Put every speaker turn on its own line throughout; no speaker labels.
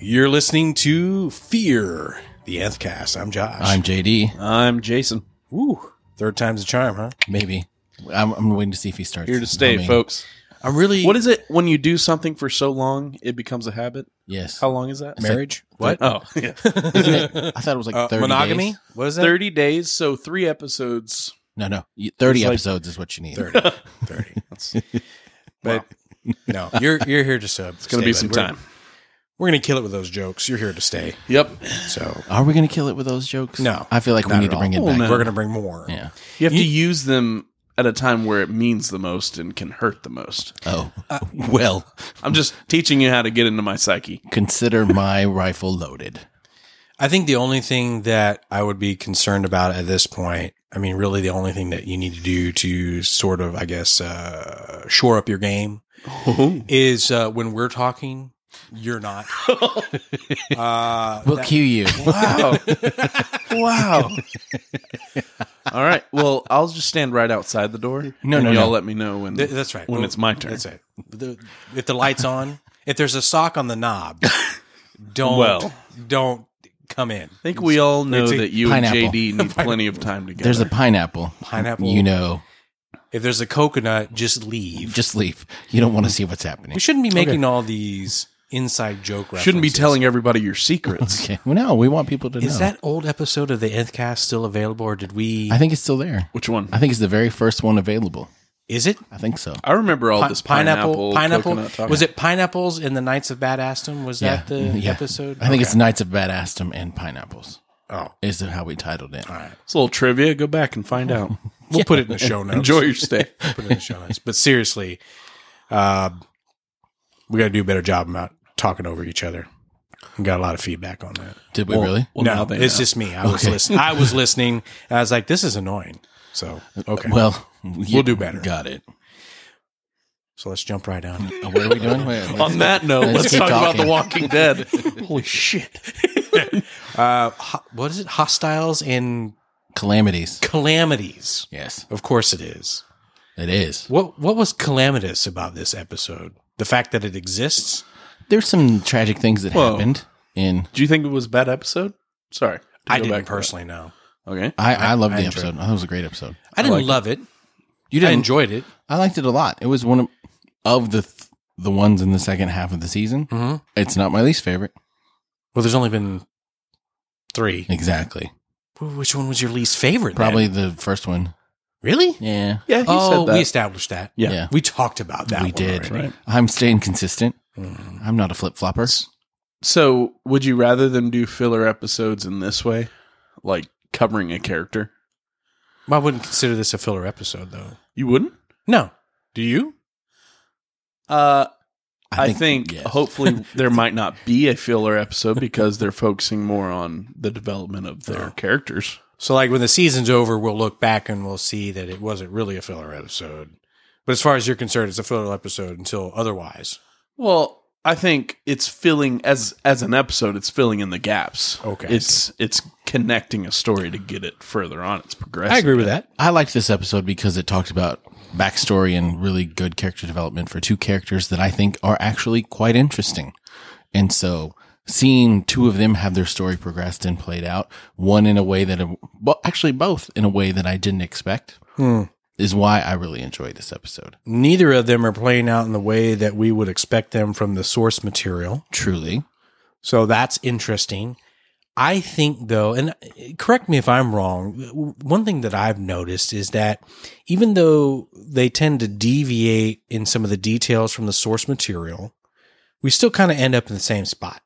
listening to Fear, the Nth Cast. I'm Josh.
I'm JD.
I'm Jason.
Woo. Third time's a charm, huh?
Maybe. I'm, I'm waiting to see if he starts.
Here to stay,
humming.
folks.
I'm really.
What is it when you do something for so long it becomes a habit?
Yes.
How long is that?
Marriage?
What?
Oh, yeah.
Isn't it- I thought it was like
Uh,
30
monogamy?
days.
What is that?
30 days, so 3 episodes.
No, no. You- 30
It's like-
episodes is what you need.
30. 30. That's- but no, you're you're here to sub. It's
Going to be some time.
We're, going to kill it with those jokes. You're here to stay.
Yep.
So
Are we going to kill it with those jokes?
No.
I feel like we
Not
need
at
to bring
all.
it back.
no.
we're going to bring more.
Yeah.
You have to use them at a time where it means the most and can hurt the most.
Oh.
Uh,
well,
I'm just teaching you how to get into my psyche.
consider my rifle loaded.
I think the only thing that I would be concerned about at this point, I mean, really the only thing that you need to do to sort of, I guess, uh, shore up your game
Oh.
is uh, when we're talking, you're not. uh,
We'll cue you.
Oh.
Wow. wow. All right. Well, I'll just stand right outside the door.
No,
and
no,
Y'all
no.
let me know when
th- that's right.
when
Well,
it's my turn.
That's it. The- if the light's on, if there's a sock on the knob, don't
Well.
don't come in.
I think we all know
It's a
that you
pineapple.
and JD need plenty of time together.
There's a pineapple.
Pineapple.
You know,
If there's a coconut, just leave.
just leave. You don't want to see what's happening.
we shouldn't be making all these inside joke references.
shouldn't be telling everybody your secrets.
Okay. Well, no, we want people to know.
Is that old episode of the Nth Cast still available, or did we?
I think it's still there.
Which one?
I think it's the very first one available.
is it
I think so.
I remember all
Pi-
this pineapple.
Pineapple.
coconut talk.
Was it pineapples in the Knights of Bad Aston? Was that the
Yeah.
episode?
I think
Okay.
it's Knights of Badastum and Pineapples.
Oh,
Is how we titled it.
It's a little trivia. Go back and find out.
we'll put it in the show notes.
Enjoy your stay.
put it in the show notes. But seriously, uh, we got to do a better job about talking over each other. We got a lot of feedback on that.
Did we really?
Well, now
no,
they
it's
know.
just me. I was listening. I was listening. And I was like, this is annoying. So okay,
Well, we'll
do better.
Got it.
so let's jump right on.
Uh, What are we doing? Wait,
on that note.
Let's
Let's,
keep
talk about
talking.
The Walking Dead. Holy shit!
Uh, ho- what is it? Hostiles and
calamities.
calamities.
Yes,
Of course, it is.
it is.
What What was calamitous about this episode? The fact that it exists.
There's some tragic things that
Whoa.
happened. In
Do you think it was a bad episode? Sorry, To
I
go back
didn't
to
personally know.
that. Okay,
I, I loved
I
the
enjoyed
episode. Oh, that was a great episode.
I didn't love it. I
You didn't.
enjoyed it.
I liked it a lot. It was one of of the th- the ones in the second half of the season.
Mm-hmm.
It's not my least favorite.
Well, there's only been three.
Exactly.
Wh- Which one was your least favorite? then?
Probably the first one.
Really?
Yeah.
yeah, he
oh,
said that.
we established that.
Yeah.
Yeah.
We talked about that.
we
one
did.
already.
Right.
I'm staying consistent.
Mhm.
I'm not a flip flopper.
so, would you rather them do filler episodes in this way, like covering a character?
Well, I wouldn't consider this a filler episode, though.
You wouldn't.
No. Do you?
Uh, I think,
yes.
hopefully there might not be a filler episode because they're focusing more on the development of their characters.
So, like, when the season's over, we'll look back and we'll see that it wasn't really a filler episode. But as far as you're concerned, it's a filler episode until otherwise.
Well, I think it's filling as as an episode. It's filling in the gaps.
Okay, I
it's it's connecting a story to get it further on. It's progressing.
with that.
I liked this episode because it talked about backstory and really good character development for two characters that I think are actually quite interesting. And so seeing two of them have their story progressed and played out, one in a way that, well, actually both in a way that I didn't expect is why I really enjoyed this episode.
Neither of them are playing out in the way that we would expect them from the source material.
Truly.
So that's interesting. I think though, and uh, correct me if I'm wrong, one thing that I've noticed is that even though they tend to deviate in some of the details from the source material, we still kind of end up in the same spot.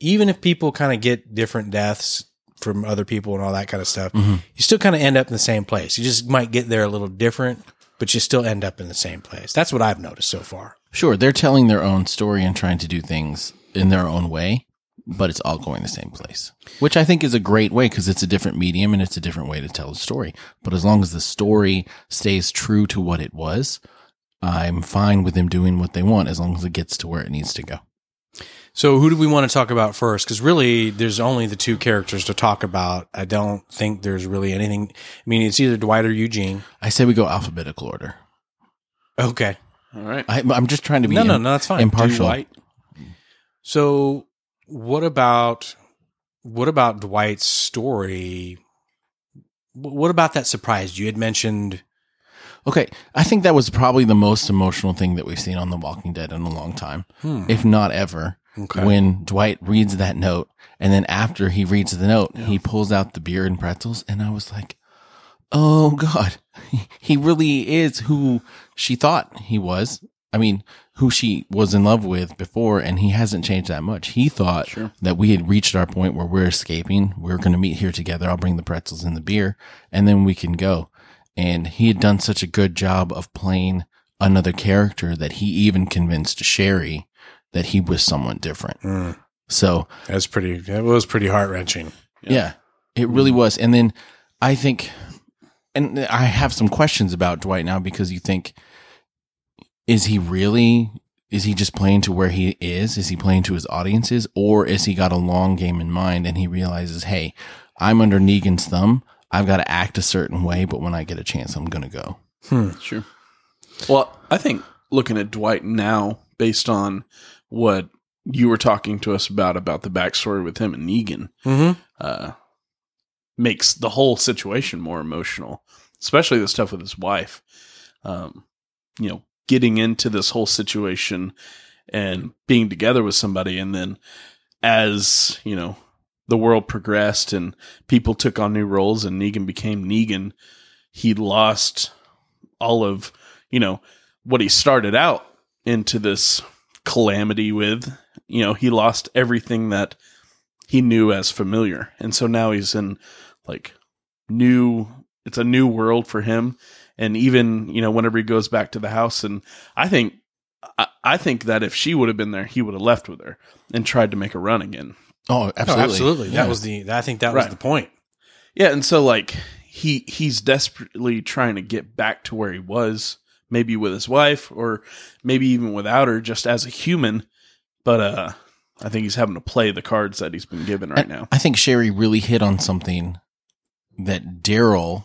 Even if people kind of get different deaths from other people and all that kind of stuff, you still kind of end up in the same place. You just might get there a little different, but you still end up in the same place. That's what I've noticed so far.
Sure. They're telling their own story and trying to do things in their own way, but it's all going the same place, which I think is a great way because it's a different medium and it's a different way to tell a story. But as long as the story stays true to what it was, I'm fine with them doing what they want as long as it gets to where it needs to go.
So, who do we want to talk about first? Because really, there's only the two characters to talk about. I don't think there's really anything. I mean, it's either Dwight or Eugene.
I say we go alphabetical order.
Okay.
All right.
I, I'm just trying to be
No, no,
im-
no, that's fine.
impartial.
Dwight.
So, what about what about Dwight's story? Wh- What about that surprise you had mentioned?
Okay, I think that was probably the most emotional thing that we've seen on The Walking Dead in a long time,
Hmm.
if not ever.
Okay.
When Dwight reads that note, and then after he reads the note, he pulls out the beer and pretzels, and I was like, "Oh God, he really is who she thought he was." I mean, who she was in love with before, and he hasn't changed that much. He thought that we had reached our point where we're escaping. We're going to meet here together. I'll bring the pretzels and the beer, and then we can go and he had done such a good job of playing another character that he even convinced Sherry that he was someone different.
Hmm.
So
That's pretty. That was pretty heart wrenching.
yeah. Mm-hmm. it really was. And then I think, and I have some questions about Dwight now because you think, is he really? Is he just playing to where he is? Is he playing to his audiences, or is he got a long game in mind and he realizes, hey, I'm under Negan's thumb. I've got to act a certain way, but when I get a chance, I'm gonna go.
Sure. Well, I think looking at Dwight now, based on what you were talking to us about about the backstory with him and Negan,
Mm-hmm.
uh, makes the whole situation more emotional, especially the stuff with his wife. Um, you know, getting into this whole situation and being together with somebody, and then as you know, the world progressed and people took on new roles, and Negan became Negan. He lost all of you know what he started out into this calamity with. You know, he lost everything that he knew as familiar. And so now he's in like new it's a new world for him. And even, you know, whenever he goes back to the house and I think I, I think that if she would have been there, he would have left with her and tried to make a run again.
Oh, absolutely.
absolutely.
Yeah.
That was the. I think that
Right.
was the point.
Yeah, and so like he he's desperately trying to get back to where he was, maybe with his wife or maybe even without her just as a human, but uh I think he's having to play the cards that he's been given right
I-
now.
I think Sherry really hit on something that Daryl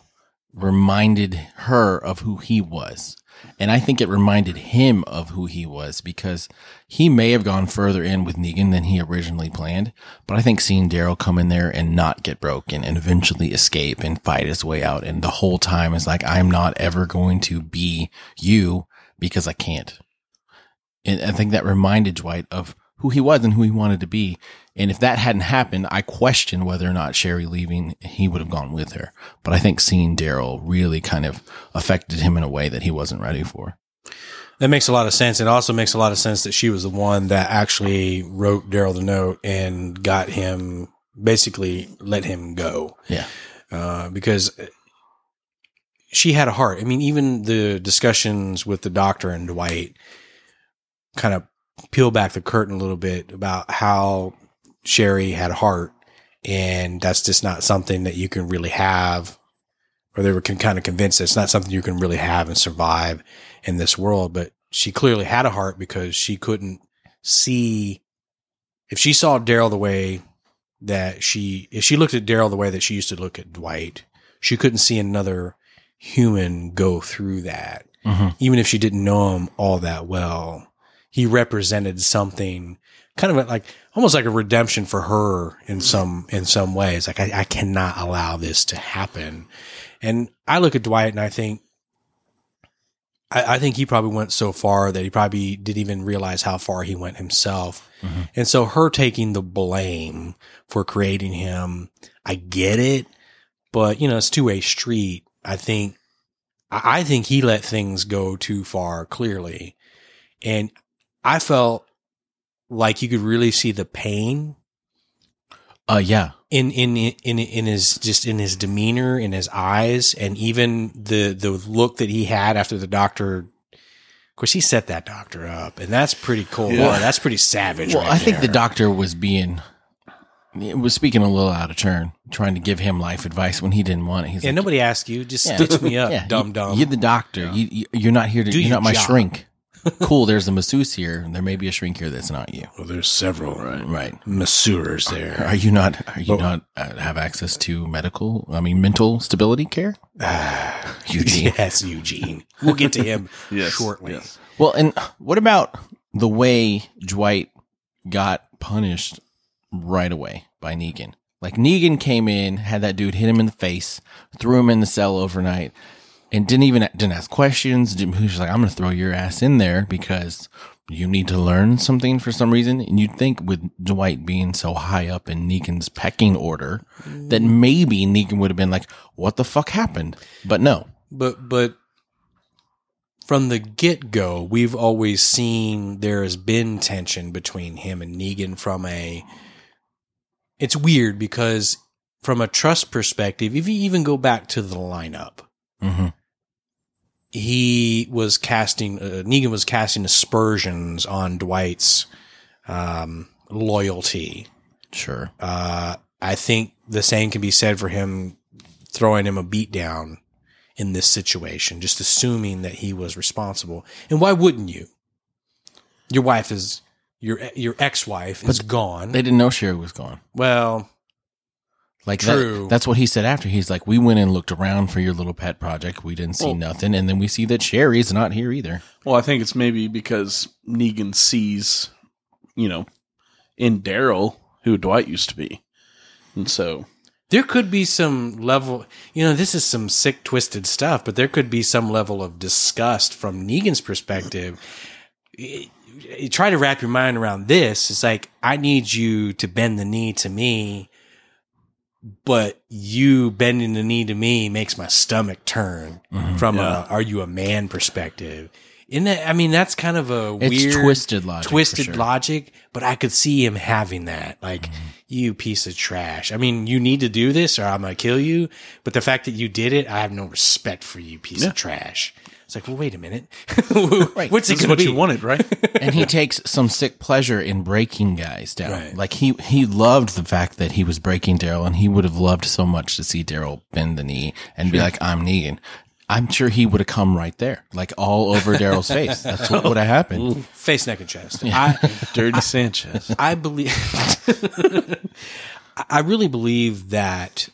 reminded her of who he was. And I think it reminded him of who he was because he may have gone further in with Negan than he originally planned. But I think seeing Daryl come in there and not get broken and eventually escape and fight his way out. And the whole time is like, I'm not ever going to be you because I can't. And I think that reminded Dwight of who he was and who he wanted to be. And if that hadn't happened, I question whether or not Sherry leaving, he would have gone with her. But I think seeing Daryl really kind of affected him in a way that he wasn't ready for.
That makes a lot of sense. It also makes a lot of sense that she was the one that actually wrote Daryl the note and got him basically let him go.
Yeah.
Uh, because she had a heart. I mean, even the discussions with the doctor and Dwight kind of peel back the curtain a little bit about how Sherry had heart. And that's just not something that you can really have, or they were con- kind of convinced that it's not something you can really have and survive in this world, but she clearly had a heart because she couldn't see if she saw Daryl the way that she if she looked at Daryl the way that she used to look at Dwight, she couldn't see another human go through that.
Mhm.
Even if she didn't know him all that well, he represented something kind of like almost like a redemption for her in some in some ways. Like I, I cannot allow this to happen. And I look at Dwight and I think I, I think he probably went so far that he probably didn't even realize how far he went himself. And so her taking the blame for creating him, I get it, but you know, it's two way street. I think, I I think he let things go too far clearly. And I felt like you could really see the pain
Uh, yeah.
in in in in his just in his demeanor, in his eyes, and even the the look that he had after the doctor. Of course, he set that doctor up, and that's pretty cool.
Yeah.
Wow, that's pretty savage.
Well,
right
I think the
there.
doctor was being, was speaking a little out of turn, trying to give him life advice when he didn't want it. He's
Yeah,
like,
nobody asked you. Just
Yeah.
stitch me up,
Yeah,
dumb
you-
dumb.
You're the doctor. You, you, you're not here to.
Do
you're
your
not my
job.
shrink. cool. There's a masseuse here. and There may be a shrink here that's not you.
well, there's several
Right.
masseurs there.
Are you not? Are you not uh, have access to medical? I mean, mental stability care. Eugene.
Yes, Eugene. We'll get to him shortly.
yes.
Well, and what about the way Dwight got punished right away by Negan. Like Negan came in, had that dude hit him in the face, threw him in the cell overnight, and didn't even didn't ask questions. Didn't, he was just like, "I'm going to throw your ass in there because you need to learn something for some reason." And you'd think with Dwight being so high up in Negan's pecking order, that maybe Negan would have been like, "What the fuck happened?" But no,
but but from the get go, we've always seen there has been tension between him and Negan from a. It's weird because from a trust perspective, if you even go back to the lineup,
hmm
he was casting uh, Negan was casting aspersions on Dwight's um, loyalty.
sure,
Uh, I think the same can be said for him throwing him a beatdown in this situation, just assuming that he was responsible. And why wouldn't you? Your wife is your your ex wife is gone.
they didn't know Sherry was gone.
well,
Like that-
True.
that's what he said after. He's like, we went and looked around for your little pet project. We didn't see
Well-
nothing, and then we see that Sherry's not here either.
Well, I think it's maybe because Negan sees, you know, in Daryl who Dwight used to be, and so
there could be some level. You know, this is some sick, twisted stuff. But there could be some level of disgust from Negan's perspective. Y- you try to wrap your mind around this. It's like I need you to bend the knee to me, but you bending the knee to me makes my stomach turn from
Yeah.
a "Are you a man?" perspective. Isn't that, I mean, that's kind of a
It's
weird,
twisted logic. for
twisted
sure.
logic, but I could see him having that. Like, you piece of trash. I mean, you need to do this or I'm going to kill you. But the fact that you did it, I have no respect for you, piece
Yeah.
of trash. It's like, well, wait a minute.
Right.
What's it
this is
going
what
to be?
you wanted, right?
and he takes some sick pleasure in breaking guys down.
Right.
Like he he loved the fact that he was breaking Daryl, and he would have loved so much to see Daryl bend the knee and be like, "I'm Negan." I'm sure he would have come right there, like all over Daryl's face. That's what would have happened.
Face, neck, and chest. I,
Dirty Sanchez.
I believe, I- I really believe that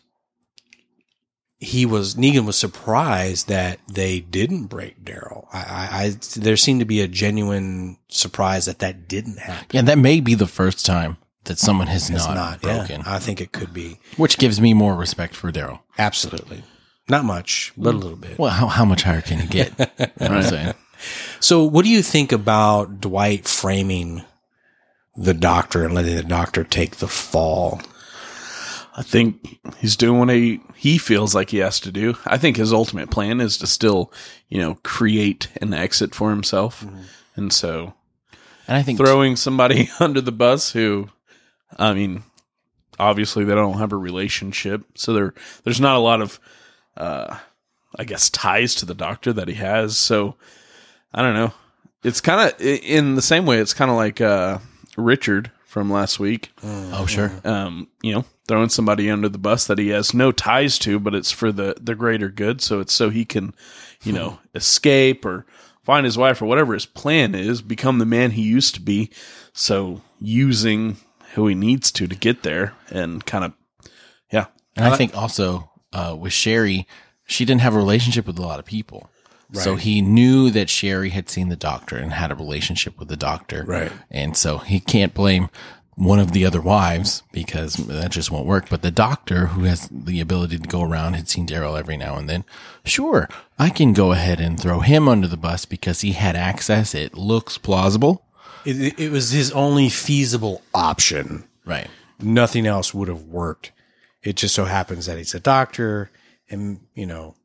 he was, Negan was surprised that they didn't break Daryl. I, I, I, there seemed to be a genuine surprise that that didn't happen.
Yeah, that may be the first time that someone has
It's
not,
not, yeah.
broken,
I think it could be.
which gives me more respect for Daryl.
Absolutely. Not much, but a little bit.
Well, how, how much higher can it get? You know what I'm saying?
So, what do you think about Dwight framing the doctor and letting the doctor take the fall?
I think he's doing what he, he feels like he has to do. I think his ultimate plan is to still, you know, create an exit for himself. And so
And I think
throwing somebody under the bus who I mean obviously they don't have a relationship so there there's not a lot of uh I guess ties to the doctor that he has so I don't know it's kind of in the same way it's kind of like uh Richard from last week
oh sure,
um you know throwing somebody under the bus that he has no ties to but it's for the the greater good so it's so he can you know escape or find his wife or whatever his plan is become the man he used to be so using who he needs to to get there and kind of yeah
and I think also uh, with Sherry, she didn't have a relationship with a lot of people, so he knew that Sherry had seen the doctor and had a relationship with the doctor,
Right.
And so he can't blame one of the other wives because that just won't work. But the doctor, who has the ability to go around, had seen Daryl every now and then. Sure, I can go ahead and throw him under the bus because he had access. It looks plausible,
It, it was his only feasible option.
right?
Nothing else would have worked. It just so happens that he's a doctor, and you know,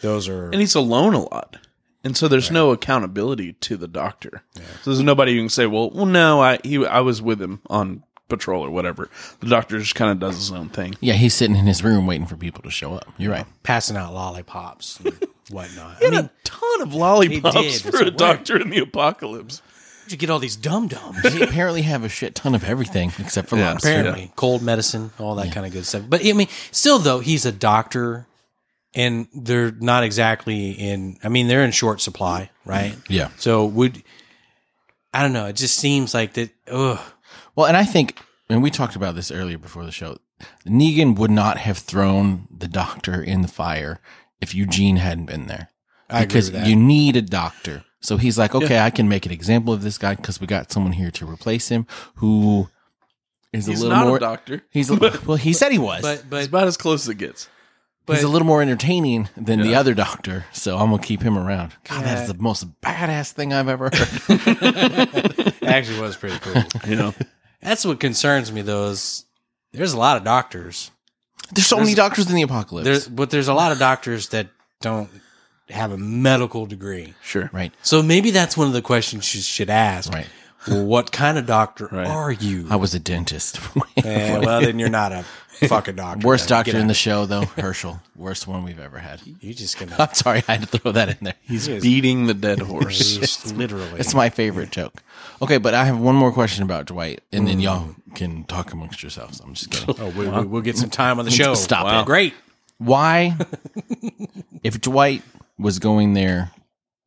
those are
and he's alone a lot and so there's no accountability to the doctor so there's nobody who can say well well no I he I was with him on patrol or whatever the doctor just kind of does his own thing
Yeah, he's sitting in his room waiting for people to show up. You're right.
passing out lollipops and whatnot. I
He
mean,
had a ton of lollipops
He did.
for
It's
a
a word.
doctor in the apocalypse.
where'd you get all these dum dums?
They apparently have a shit ton of everything except for
Yeah,
lobster.
apparently cold medicine all that kind of good stuff but i mean still though he's a doctor and they're not exactly in i mean they're in short supply right
Yeah.
so would i don't know it just seems like that ugh,
Well, and I think, and we talked about this earlier before the show, Negan would not have thrown the doctor in the fire if Eugene hadn't been there.
I agree
because
with that.
you need a doctor. So he's like, okay, I can make an example of this guy because we got someone here to replace him who is
He's
a little
not
more.
a doctor.
he's a, well, he said he was.
But
He's
but
about as close as it gets.
but
he's a little more entertaining than the
Yeah.
other doctor, so I'm gonna keep him around. God,
Yeah.
that's the most badass thing I've ever heard.
it actually was pretty cool.
You know,
That's what concerns me though. Is there's a lot of doctors.
There's so many doctors in the apocalypse.
There's but there's a lot of doctors that don't have a medical degree.
sure.
right,
So maybe that's one of the questions you should ask.
right.
Well, what kind of doctor
Right.
are you?
I was a dentist.
Eh, well, then you're not a fucking doctor.
Worst
then.
doctor
Get
in
out.
the show, though, Herschel. Worst one we've ever had.
You just gonna
I'm sorry, I had to throw that in there.
He's beating the dead horse.
just literally.
It's my favorite joke. Okay, but I have one more question about Dwight, and
Mm.
then y'all can talk amongst yourselves. I'm just kidding.
Oh, we, we, we'll get some time on the show.
Stop it.
Great.
Why, if Dwight was going there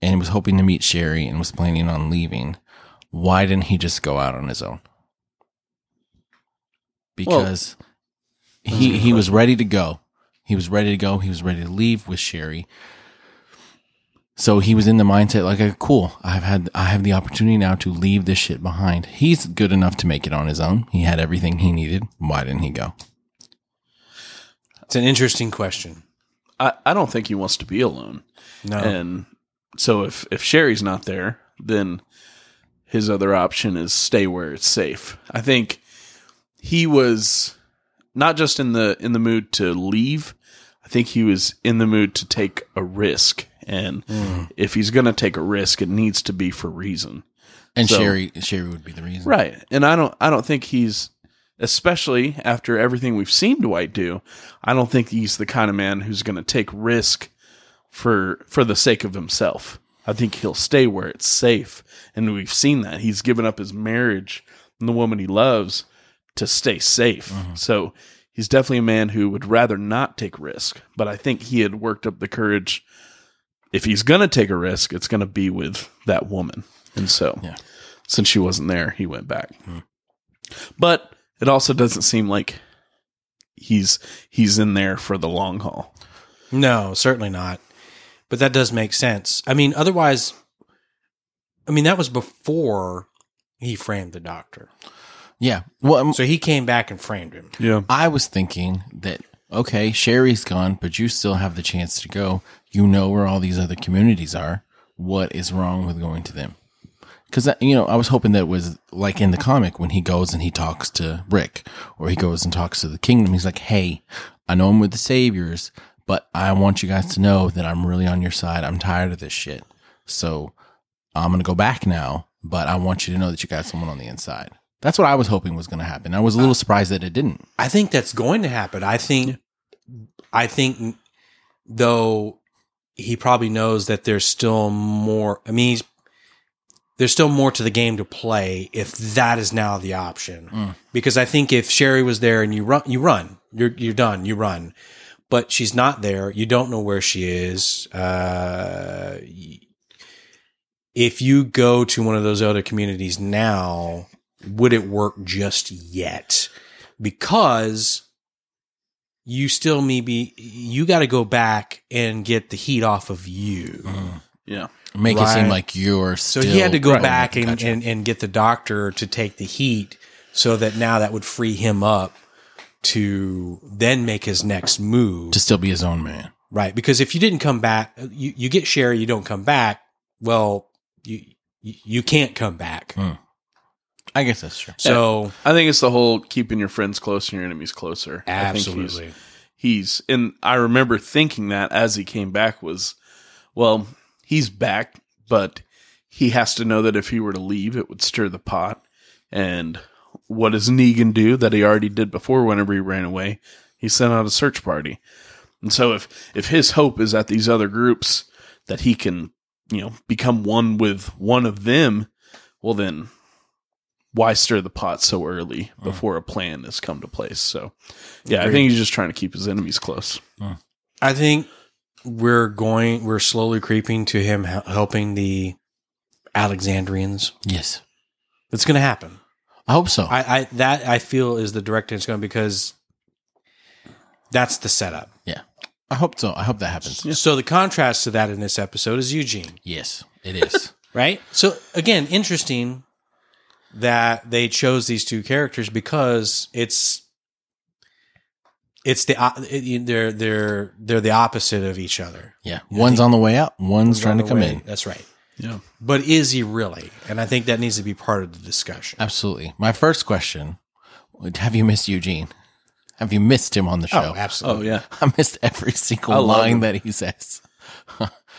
and was hoping to meet Sherry and was planning on leaving, why didn't he just go out on his own? Because he he was ready to go. He was ready to go. He was ready to leave with Sherry. So he was in the mindset like, okay, cool. I've had I have the opportunity now to leave this shit behind. He's good enough to make it on his own. He had everything he needed. Why didn't he go?
It's an interesting question.
I, I don't think he wants to be alone.
No.
And so if if Sherry's not there, then his other option is stay where it's safe. I think he was not just in the in the mood to leave. I think he was in the mood to take a risk. And
Hmm.
if he's going to take a risk, it needs to be for reason.
And
So-
Sherry Sherry would be the reason.
Right. And I don't I don't think he's especially after everything we've seen Dwight do, I don't think he's the kind of man who's going to take risk for for the sake of himself. I think he'll stay where it's safe. And we've seen that. He's given up his marriage and the woman he loves to stay safe. So he's definitely a man who would rather not take risk, but I think he had worked up the courage if he's going to take a risk, it's going to be with that woman. And so
Yeah.
since she wasn't there, he went back. But it also doesn't seem like he's he's in there for the long haul.
No, certainly not. But that does make sense. I mean, otherwise, I mean, that was before he framed the doctor.
Yeah. Well, um, I'm-
So he came back and framed him.
Yeah.
I was thinking that okay, Sherry's gone, but you still have the chance to go. You know where all these other communities are. What is wrong with going to them? Because you know, I was hoping that was like in the comic when he goes and he talks to Rick, or he goes and talks to the kingdom. He's like, "Hey, I know I'm with the saviors, but I want you guys to know that I'm really on your side. I'm tired of this shit. So I'm gonna go back now, but I want you to know that you got someone on the inside." That's what I was hoping was going to happen. I was a little surprised that it didn't.
I think that's going to happen. I think, I think, though, he probably knows that there's still more. I mean, he's, there's still more to the game to play if that is now the option.
Mm.
Because I think if Sherry was there and you run, you run, you're you're done, you run. But she's not there. You don't know where she is. Uh, y- if you go to one of those other communities now, would it work just yet? because you still maybe you got to go back and get the heat off of you.
Yeah.
Make it
Right.
seem like you're
So
Mm. still.
he had to go
Right.
back and,
Gotcha.
and, and get the doctor to take the heat so that now that would free him up to then make his next move.
to still be his own man.
right. Because if you didn't come back, you, you get Sherry, you don't come back. Well, you, you you can't come back.
Mm. I guess that's true.
So
I think it's the whole keeping your friends close and your enemies closer. I think he's-
absolutely.
he's and I remember thinking that as he came back was well, he's back, but he has to know that if he were to leave it would stir the pot. And what does Negan do that he already did before whenever he ran away? He sent out a search party. And so if if his hope is at these other groups that he can, you know, become one with one of them, well then why stir the pot so early before a plan has come to place? So yeah, I
Agreed.
think he's just trying to keep his enemies close.
I think we're going, we're slowly creeping to him hel- helping the Alexandrians.
Yes,
It's going to happen.
I hope so.
I, I, that I feel is the direction it's going because that's the setup.
I hope so. I hope that happens.
So the contrast to that in this episode is Eugene,
Yes, it is.
right? So again, interesting that they chose these two characters because it's it's the o- it- they're they're they're the opposite of each other.
Yeah. One's on the way out, one's trying to
On the
come
way-
in.
That's right.
Yeah.
But is he really? And I think that needs to be part of the discussion.
Absolutely. My first question would- Have you missed Eugene? Have you missed him on the show?
Oh,
Oh
absolutely.
yeah.
I missed every
I
single
love
line
him.
that he says.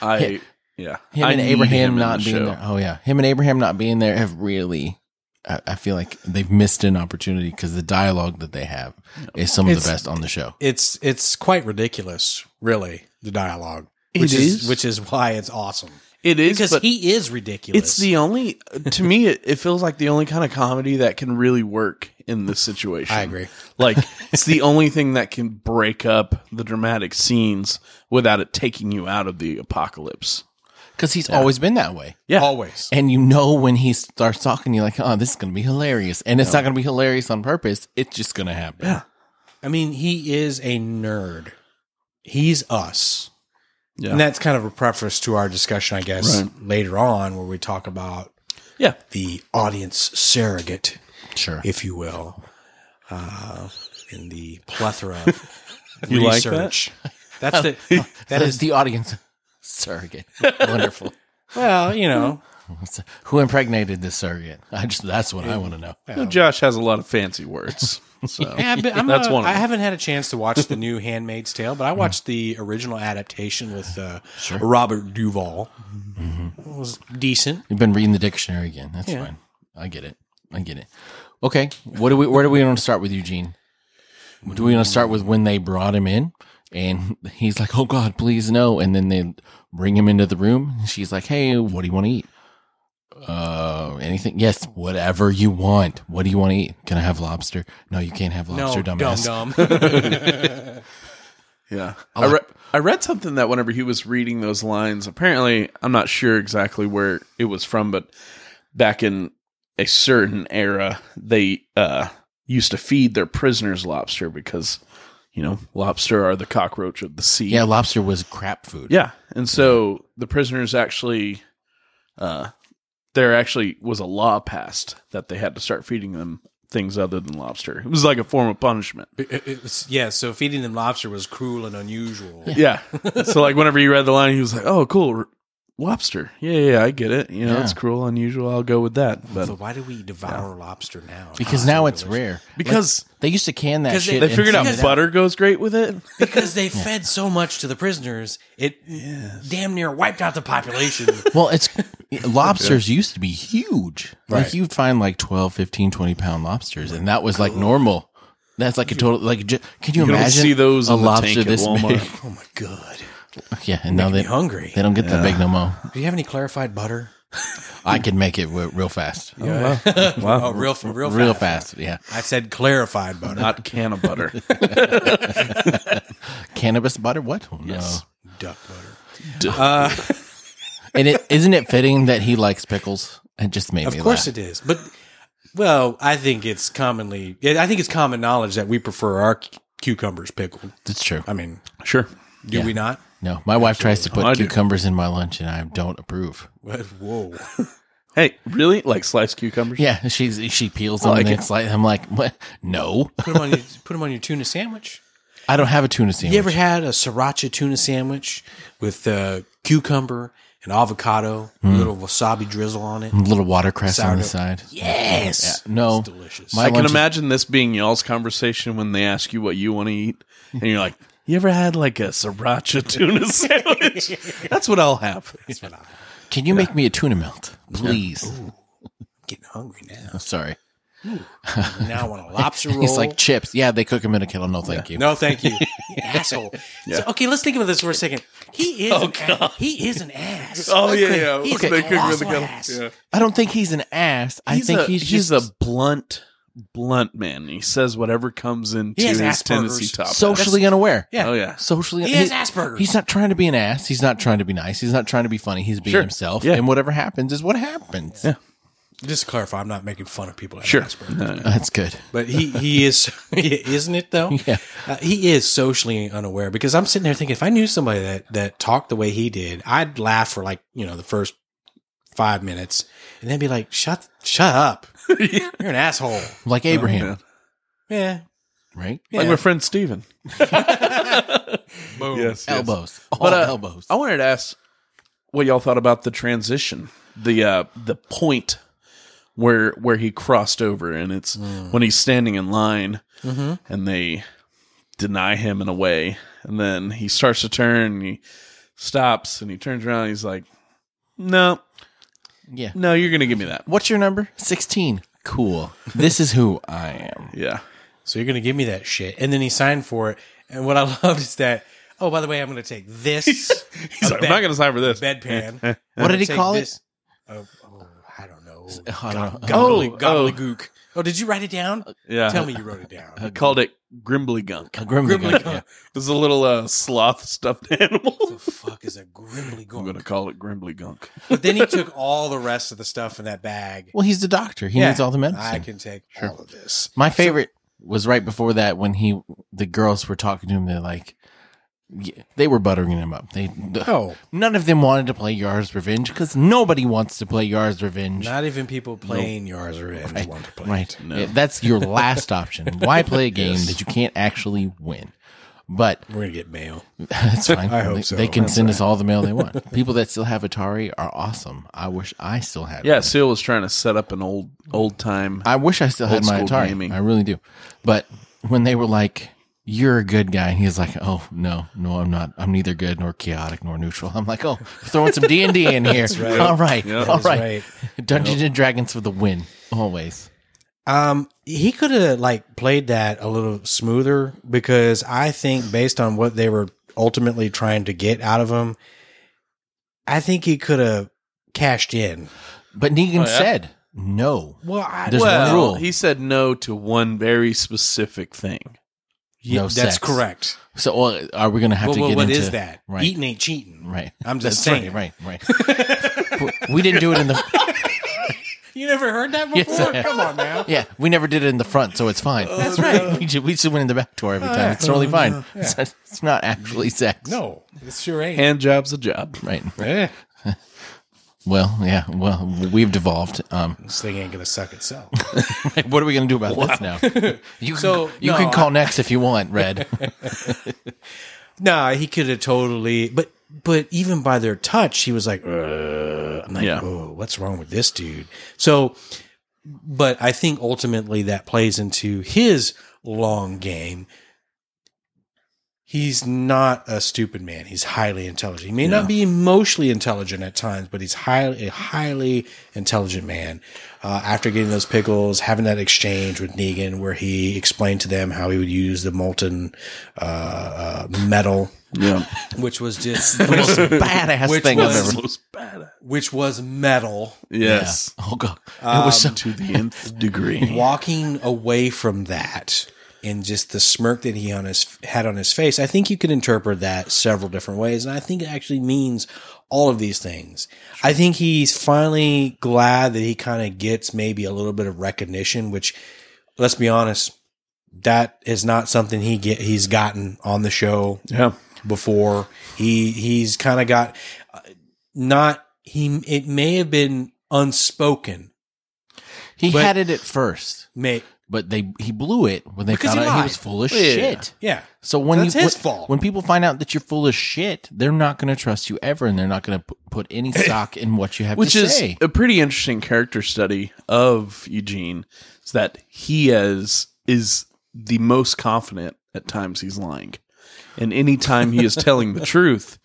I yeah.
Him
I
and
need
Abraham
him in
not
the
being
show.
there. Oh, yeah. Him and Abraham not being there have really, I, I feel like they've missed an opportunity because the dialogue that they have is some of
It's-
the best on the show.
It's it's quite ridiculous, really, the dialogue.
It
Which is
is.
which is why it's awesome.
It is
Because
but
he is ridiculous.
it's the only to me it, it feels like the only kind of comedy that can really work in this situation.
I agree.
Like it's the only thing that can break up the dramatic scenes without it taking you out of the apocalypse.
Because he's always been that way.
Yeah.
Always.
And you know when he starts talking, you're like, oh, this is going to be hilarious. And it's not going to be hilarious on purpose. It's just going to happen.
Yeah.
I mean, he is a nerd. He's us.
Yeah.
And that's kind of a preface to our discussion, I guess, later on where we talk about
yeah.
the audience surrogate,
Sure.
if you will, uh, in the plethora of
You like that?
research. That's the that
That
is
is the audience surrogate. Wonderful.
well, you know.
Who impregnated this surrogate? I just that's what I want to know.
Well, Josh has a lot of fancy words. So
Yeah, I've been- I'm
That's
a-
one of
I
them. Mm.
haven't had a chance to watch the new Handmaid's Tale, but I watched the original adaptation with uh, Robert Duvall.
Mm-hmm.
It was decent.
You've been reading the dictionary again. That's
Yeah.
fine. I get it. I get it. Okay. What do we where do we want to start with Eugene? Do we want to start with when they brought him in and he's like, "Oh god, please no." And then they bring him into the room. She's like, "Hey, what do you want to eat?" Uh, anything? Yes, whatever you want. What do you want to eat? Can I have lobster? No, you can't have lobster,
no,
dumbass.
dumb, dumb.
Yeah.
I
I,
like-
re- I read something that whenever he was reading those lines, apparently, I'm not sure exactly where it was from, but back in a certain era, they uh, used to feed their prisoners lobster because, you know, lobster are the cockroach of the sea.
Yeah, lobster was crap food.
Yeah. And so the prisoners actually, uh, there actually was a law passed that they had to start feeding them things other than lobster. It was like a form of punishment.
It- it was- yeah, so feeding them lobster was cruel and unusual.
Yeah. so like whenever you read the line, he was like, "Oh, cool, r- lobster. Yeah, yeah, yeah, I get it. You know,
Yeah.
it's cruel, unusual. I'll go with that."
So
But
why do we devour lobster now?
Because now it's rare.
because
They used to can that
'Cause they-
shit.
they
and
figured out
send it
butter goes great with it.
because they fed so much to the prisoners, it damn near wiped out the population.
Well, it's lobsters used to be huge.
Right.
Like you'd find like 12, 15, 20 pound lobsters, and that was like normal. That's like a total like. ju- Can you,
You don't
imagine
see those
a
in the tank
lobster
at
this big?
Walmart.
oh my god!
Yeah, and now
Be
they
hungry.
they don't get that big no more.
Do you have any clarified butter?
I can make it w- real fast,
Oh, real, real,
real
fast.
fast. Yeah,
I said clarified butter.
Not can of butter.
cannabis butter. What? Oh, no.
Yes.
duck butter.
And it isn't it fitting that he likes pickles? It just made
Of
me.
course
laugh.
it is, but well, I think it's commonly. yeah, I think it's common knowledge that we prefer our c- cucumbers pickled.
It's true.
I mean,
sure.
do we not?
No, my wife tries to
I
put
do.
cucumbers in my lunch, and I don't approve.
Whoa!
Hey, really? Like sliced cucumbers?
Yeah, she she peels them
like
and
it.
then slice. I'm like, what? No,
Put them on your put 'em on your tuna sandwich.
I don't have a tuna sandwich.
You ever had a sriracha tuna sandwich with uh, cucumber and avocado,
Mm.
a little wasabi drizzle on it?
A little watercress on the
Sourdough.
side.
Yes,
No,
It's delicious.
My
I can
lunch is-
imagine this being y'all's conversation when they ask you what you want to eat, and you're like, "You ever had like a sriracha tuna sandwich? That's what I'll have."
That's what I'm
Can you make me a tuna melt, please?
getting hungry now.
I'm sorry.
Now I want a lobster roll.
He's like chips. Yeah, they cook them in a kettle. No, thank you.
No, thank you, asshole. So, okay, let's think about this for a second. He is an a- he is an ass.
Oh yeah, yeah.
He's
Okay.
an
They cook with the
awesome
kettle.
ass.
Yeah.
I don't think he's an ass. I
He's
think
a,
he's,
he's
just
a blunt, blunt man. He says whatever comes into
He has
his
Asperger's.
Tennessee top. hat.
socially unaware.
Yeah.
oh yeah,
Socially,
He has Asperger's.
He's not trying to be an ass. He's not trying to be nice. He's not trying to be funny. He's being
Sure.
himself.
Yeah.
And whatever happens is what happens.
Yeah.
Just to clarify, I'm not making fun of people. That
sure.
have Asperger's.
No, no.
That's good.
but he he is isn't it though?
Yeah.
uh, he is socially unaware because I'm sitting there thinking if I knew somebody that that talked the way he did, I'd laugh for like you know the first five minutes, and then be like, "Shut, shut up!
Yeah.
You're an asshole."
Like Abraham,
Yeah.
Yeah,
right?
Yeah.
Like my friend Steven.
boom.
Yes.
Elbows. All
But, uh,
elbows.
I wanted to ask what y'all thought about the transition, the uh, the point where where he crossed over, and it's
Mm.
when he's standing in line
Mhm.
and they deny him in a way, and then he starts to turn, and he stops, and he turns around, and he's like, "No,
yeah.
no, you're gonna give me that."
What's your number? 16. Cool. This is who I am.
Yeah,
So you're gonna give me that shit, and then he signed for it. And what I loved is that. Oh, by the way, I'm gonna take this.
he's
a
like, "I'm not gonna sign for this."
bedpan.
What did he
Take
call
this- Oh, oh, I don't know.
I don't know.
Gobbly,
Oh,
gobbledygook. Oh. did you write it down?
Yeah,
Tell me you wrote it down.
He called it Grimbly Gunk.
A
It
Grimly
Grimly
Gunk,
Gunk.
yeah.
was a little uh, sloth stuffed animal.
the fuck is a grimbly
I'm
going?
gonna call it Grimbly Gunk.
But then he took all the rest of the stuff in that bag.
Well, he's the doctor. He
Yeah.
needs all the medicine.
I can take all of this.
My favorite was right before that when he the girls were talking to him. They're like, yeah, they were buttering him up. They
Oh,
none of them wanted to play Yar's Revenge because nobody wants to play Yar's Revenge.
not even people playing yours or Revenge want to play.
Right.
No.
Yeah, that's your last option. Why play a game that you can't actually win? But
We're gonna get mail.
that's fine.
I hope
they,
so.
they can send us all the mail they want. People that still have Atari are awesome. I wish I still had.
Yeah,
one.
Seal was trying to set up an old old time.
I wish I still had
Old
my
school
Atari.
gaming.
I really do. But when they were like, "You're a good guy," and he's like, "Oh no, no, I'm not. I'm neither good nor chaotic nor neutral." I'm like, "Oh, throwing some D and D in here. All right,
Yeah.
all
That's
right.
right.
Dungeons and Dragons for the win, always."
Um, he could have like played that a little smoother because I think based on what they were ultimately trying to get out of him, I think he could have cashed in.
But Negan
Oh, yeah?
said no.
Well, I,
There's
well,
one rule.
He said no to one very specific thing.
yeah,
No
that's
sex.
correct.
So well, are we going to have
Well,
to
well,
get
what
into
is that?
Right.
Eating ain't cheating.
Right.
I'm just
That's
saying.
Right. Right. Right. we didn't do it in the.
You never heard that
Yes,
before?
I have.
Come on now.
Yeah, we never did it in the front, so it's fine.
That's right.
We should, we should win in the back door every time.
yeah.
It's totally fine.
Yeah.
It's, not, it's not actually sex.
Oh, No, it sure ain't.
Hand job's a job.
Right.
Eh,
Well, yeah. Well, we've devolved. Um,
this thing ain't gonna suck itself.
what are we going to do about this now? You can,
So,
you
no,
can call next if you want, Red.
Nah, he could have totally, but but even by their touch, he was like, "Ugh." I'm like,
Yeah.
oh, what's wrong with this dude? So, but I think ultimately that plays into his long game. He's not a stupid man. He's highly intelligent. He may not be emotionally intelligent at times, but he's highly, a highly intelligent man. Uh, after getting those pickles, having that exchange with Negan, where he explained to them how he would use the molten uh, uh, metal
Yeah.
which was just
the most badass
Which
thing
was-
I've ever.
Most badass.
which was metal
Yes.
Oh god,
Um,
it was so.
To the nth degree.
walking away from that and just the smirk that he on his had on his face i think you could interpret that several different ways and i think it actually means all of these things i think he's finally glad that he kind of gets maybe a little bit of recognition which let's be honest that is not something he get he's gotten on the show
Yeah.
before. He he's kind of got uh, not he. It may have been unspoken,
He
But-
had it at first,
may
but they he blew it when they
Because
found
he
out he
lied.
was full of
Yeah.
shit.
yeah.
So when
That's
you
his
when,
fault.
when people find out that you're full of shit, they're not going to trust you ever, and they're not going to put any stock in what you have
Which
to
is
say.
a pretty interesting character study of Eugene is that he is is the most confident at times he's lying. And any time he is telling the truth,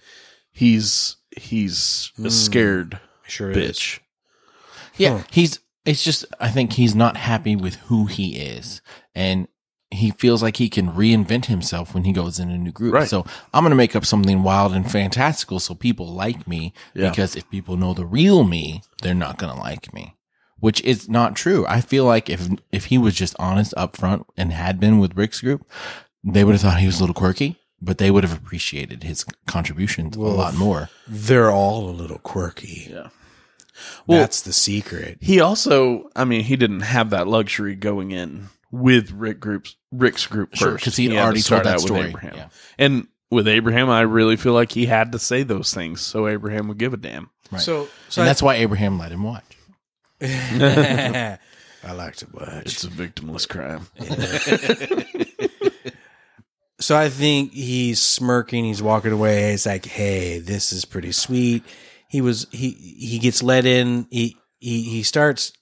he's he's a scared
Sure, is.
bitch.
Yeah, he's. It's just I think he's not happy with who he is, and he feels like he can reinvent himself when he goes in a new group.
Right.
So I'm going to make up something wild and fantastical so people like me.
Yeah.
Because if people know the real me, they're not going to like me, which is not true. I feel like if if he was just honest up front and had been with Rick's group, they would have thought he was a little quirky, but they would have appreciated his contributions a lot more.
They're all a little quirky.
Yeah.
That's the secret.
He also, I mean, he didn't have that luxury going in with Rick groups Rick's group
Sure,
first
'cause he'd
had to
already
start
told that
out with
story.
Abraham.
Yeah.
And with Abraham, I really feel like he had to say those things so Abraham would give a damn.
Right.
So, so
and that's why Abraham let him watch.
I, I like to watch.
It's a victimless crime.
So I think he's smirking. He's walking away. He's like, "Hey, this is pretty sweet." He was he he gets let in. He he he starts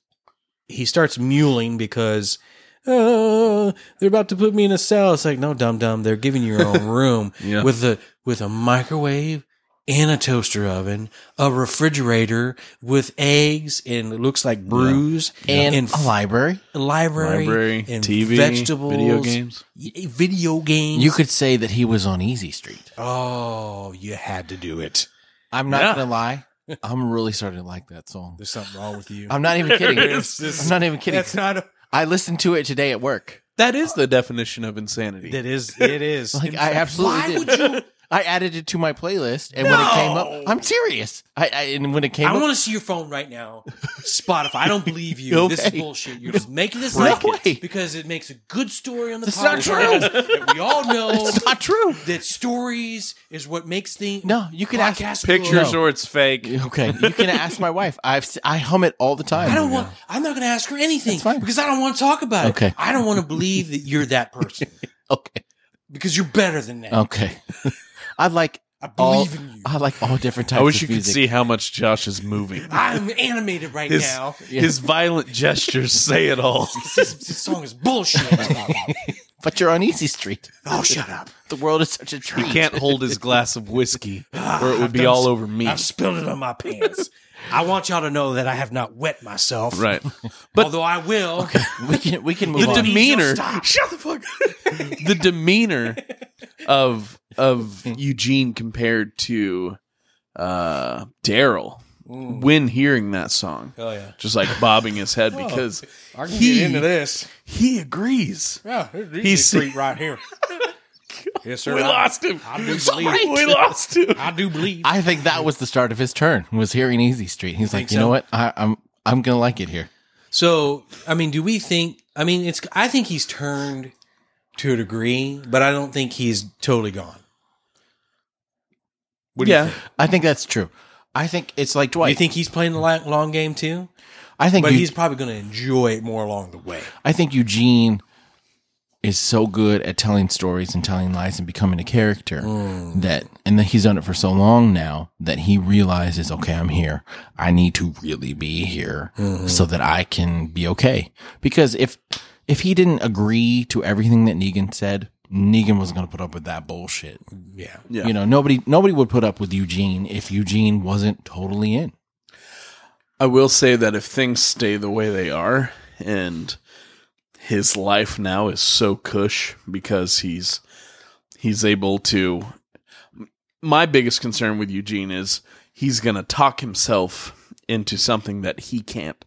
he starts mewling because oh, they're about to put me in a cell. It's like, no, dum dum, they're giving you your own room
Yeah.
with a with a microwave and a toaster oven, a refrigerator with eggs and it looks like brews
And,
and
a library.
a library,
Library,
and
TV,
vegetables,
video games.
y- video games.
You could say that he was on Easy Street.
Oh, you had to do it.
I'm not
Yeah.
gonna lie. I'm really starting to like that song.
There's something wrong with you.
I'm not even kidding.
There is.
I'm not even kidding.
That's not. A,
I listened to it today at work.
That is the definition of insanity.
that is. It is.
Like I absolutely
why
did.
would you?
I added it to my playlist, and when it came up, I'm serious. I, I and when it came
I
up,
want to see your phone right now, Spotify. I don't believe you.
Okay.
This is bullshit. You're just making this
No
up
way.
because it makes a good story on the
It's not
podcast. that we all know
it's not true.
that stories is what makes things.
No, you can ask
podcast
Pictures
cool.
or it's fake.
Okay, you can ask my wife. I've s- I hum it all the time.
I don't want. I'm not going to ask her anything
That's fine.
because I don't want to talk about
Okay.
it. I don't want to believe that you're that person
Okay,
because you're better than that.
okay. I like
I believe
all.
in you.
I like all different types.
I wish you
of
could
music.
see how much Josh is moving.
I'm animated right
His,
now.
his violent gestures say it all.
This, this song is bullshit.
But you're on Easy Street.
oh, shut up.
The world is such a
He
treat.
can't hold his glass of whiskey, or it
I've
would be
done
all
s-
over me.
I've spilled it on my pants. I want y'all to know that I have not wet myself.
Right.
But Although I will.
We can we can move
The
on.
dem-
demeanor.
Stop.
Shut the fuck up. the demeanor of of Eugene compared to uh Daryl when hearing that song.
Oh, yeah.
Just like bobbing his head because
I
Oh, can He- get into
this.
he agrees.
Yeah,
He's- a treat
right here. yes, sir.
We lost him.
I do
Sorry,
believe-
we lost him.
I do believe.
I think that was the start of his turn. Was hearing Easy Street. He's like,
Think
you know
so?
what? I, I'm I'm gonna like it here.
So, I mean, do we think? I mean, it's. I think he's turned to a degree, but I don't think he's totally gone. What do
Yeah.
you think?
I think that's true. I think it's like Dwight.
You think he's playing the li- long game too?
I think
But
you-
he's probably going to enjoy it more along the way.
I think Eugene is so good at telling stories and telling lies and becoming a character
Mm.
that, and that he's done it for so long now that he realizes, okay, I'm here. I need to really be here
Mm-hmm.
so that I can be okay. Because if, if he didn't agree to everything that Negan said, Negan was going to put up with that bullshit.
Yeah.
Yeah.
You know, nobody, nobody would put up with Eugene if Eugene wasn't totally in.
I will say that if things stay the way they are, and his life now is so cush because he's he's able to. My biggest concern with Eugene is he's going to talk himself into something that he can't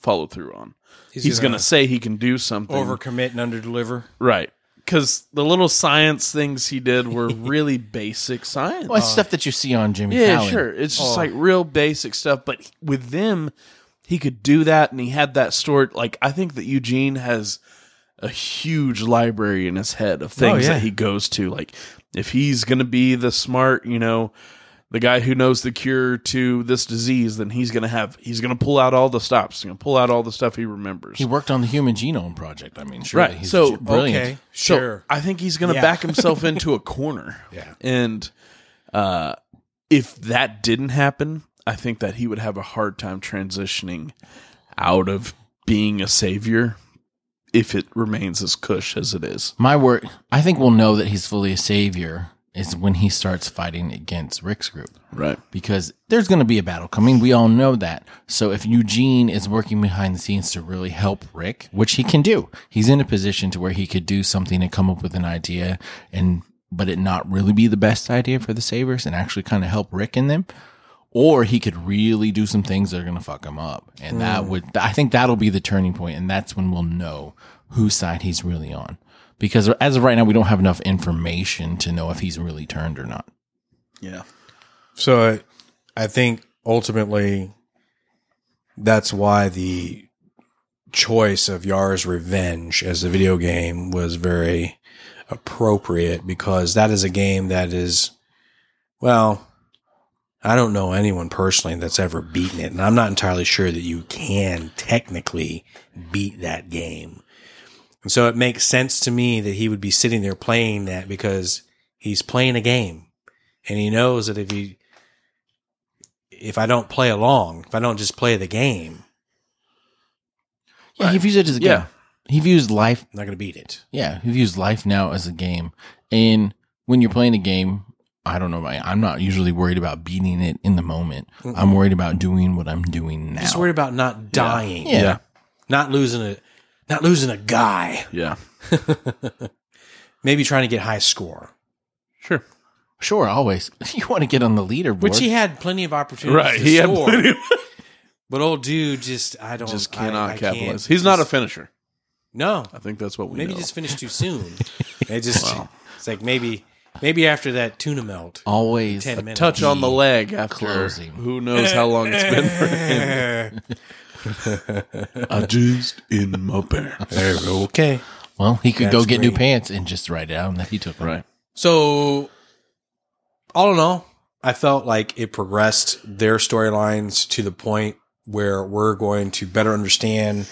follow through on. He's, going to say he can do something,
overcommit and underdeliver.
right? Because the little science things he did were really basic science.
Well, it's stuff that you see on Jimmy
Uh, Yeah,
Fallon. Oh.
sure. It's just like real basic stuff. But he- with them, he could do that, and he had that stored. Like I think that Eugene has a huge library in his head
Oh,
of things
yeah.
that he goes to. Like if he's gonna be the smart, you know, the guy who knows the cure to this disease, then he's gonna have he's gonna pull out all the stops. He's gonna pull out all the stuff he remembers.
He worked on the Human Genome Project. I mean, sure.
Right,
He's
so-
so brilliant.
Okay,
So
sure.
I think he's going to
Yeah.
back himself into a corner.
Yeah.
And uh, if that didn't happen, I think that he would have a hard time transitioning out of being a savior if it remains as cush as it is.
My work, I think we'll know that he's fully a savior is when he starts fighting against Rick's group
Right.
because there's going to be a battle coming. We all know that. So if Eugene is working behind the scenes to really help Rick, which he can do, he's in a position to where he could do something and come up with an idea and but it not really be the best idea for the Sabres and actually kind of help Rick in them. Or he could really do some things that are going to fuck him up. And that would, I think that'll be the turning point, And that's when we'll know whose side he's really on. Because as of right now, we don't have enough information to know if he's really turned or not.
Yeah.
So I, I think ultimately that's why the choice of Yar's Revenge as a video game was very appropriate because that is a game that is, well, I don't know anyone personally that's ever beaten it. And I'm not entirely sure that you can technically beat that game. And so it makes sense to me that he would be sitting there playing that because he's playing a game and he knows that if he, if I don't play along, if I don't just play the game,
Yeah, he views it as a game.
Yeah.
He views life
I'm not going to beat it.
Yeah, who views life now as a game. And when you're playing a game, I don't know. I- I'm not usually worried about beating it in the moment. I'm worried about doing what I'm doing now.
Just worried about not dying.
Yeah. Yeah.
Not losing a not losing a guy.
Yeah.
Maybe trying to get high score.
Sure.
Sure, always. You want to get on the leaderboard.
Which he had plenty of opportunities
Right.
to
He had
score.
plenty of-
but old dude just I don't
just
I-
cannot
I can't
capitalize. He's not a
just-
finisher.
No.
I think that's what we
Maybe
know.
just finished too soon. it just it's like maybe maybe after that tuna melt.
always.
Ten minutes.
touch on the leg after
Closing.
who knows how long it's been for him. I just in my pants.
okay.
Well, he could go
That's
get new
great.
pants and just write down that he took them.
Right.
So, all in all, I felt like it progressed their storylines to the point where we're going to better understand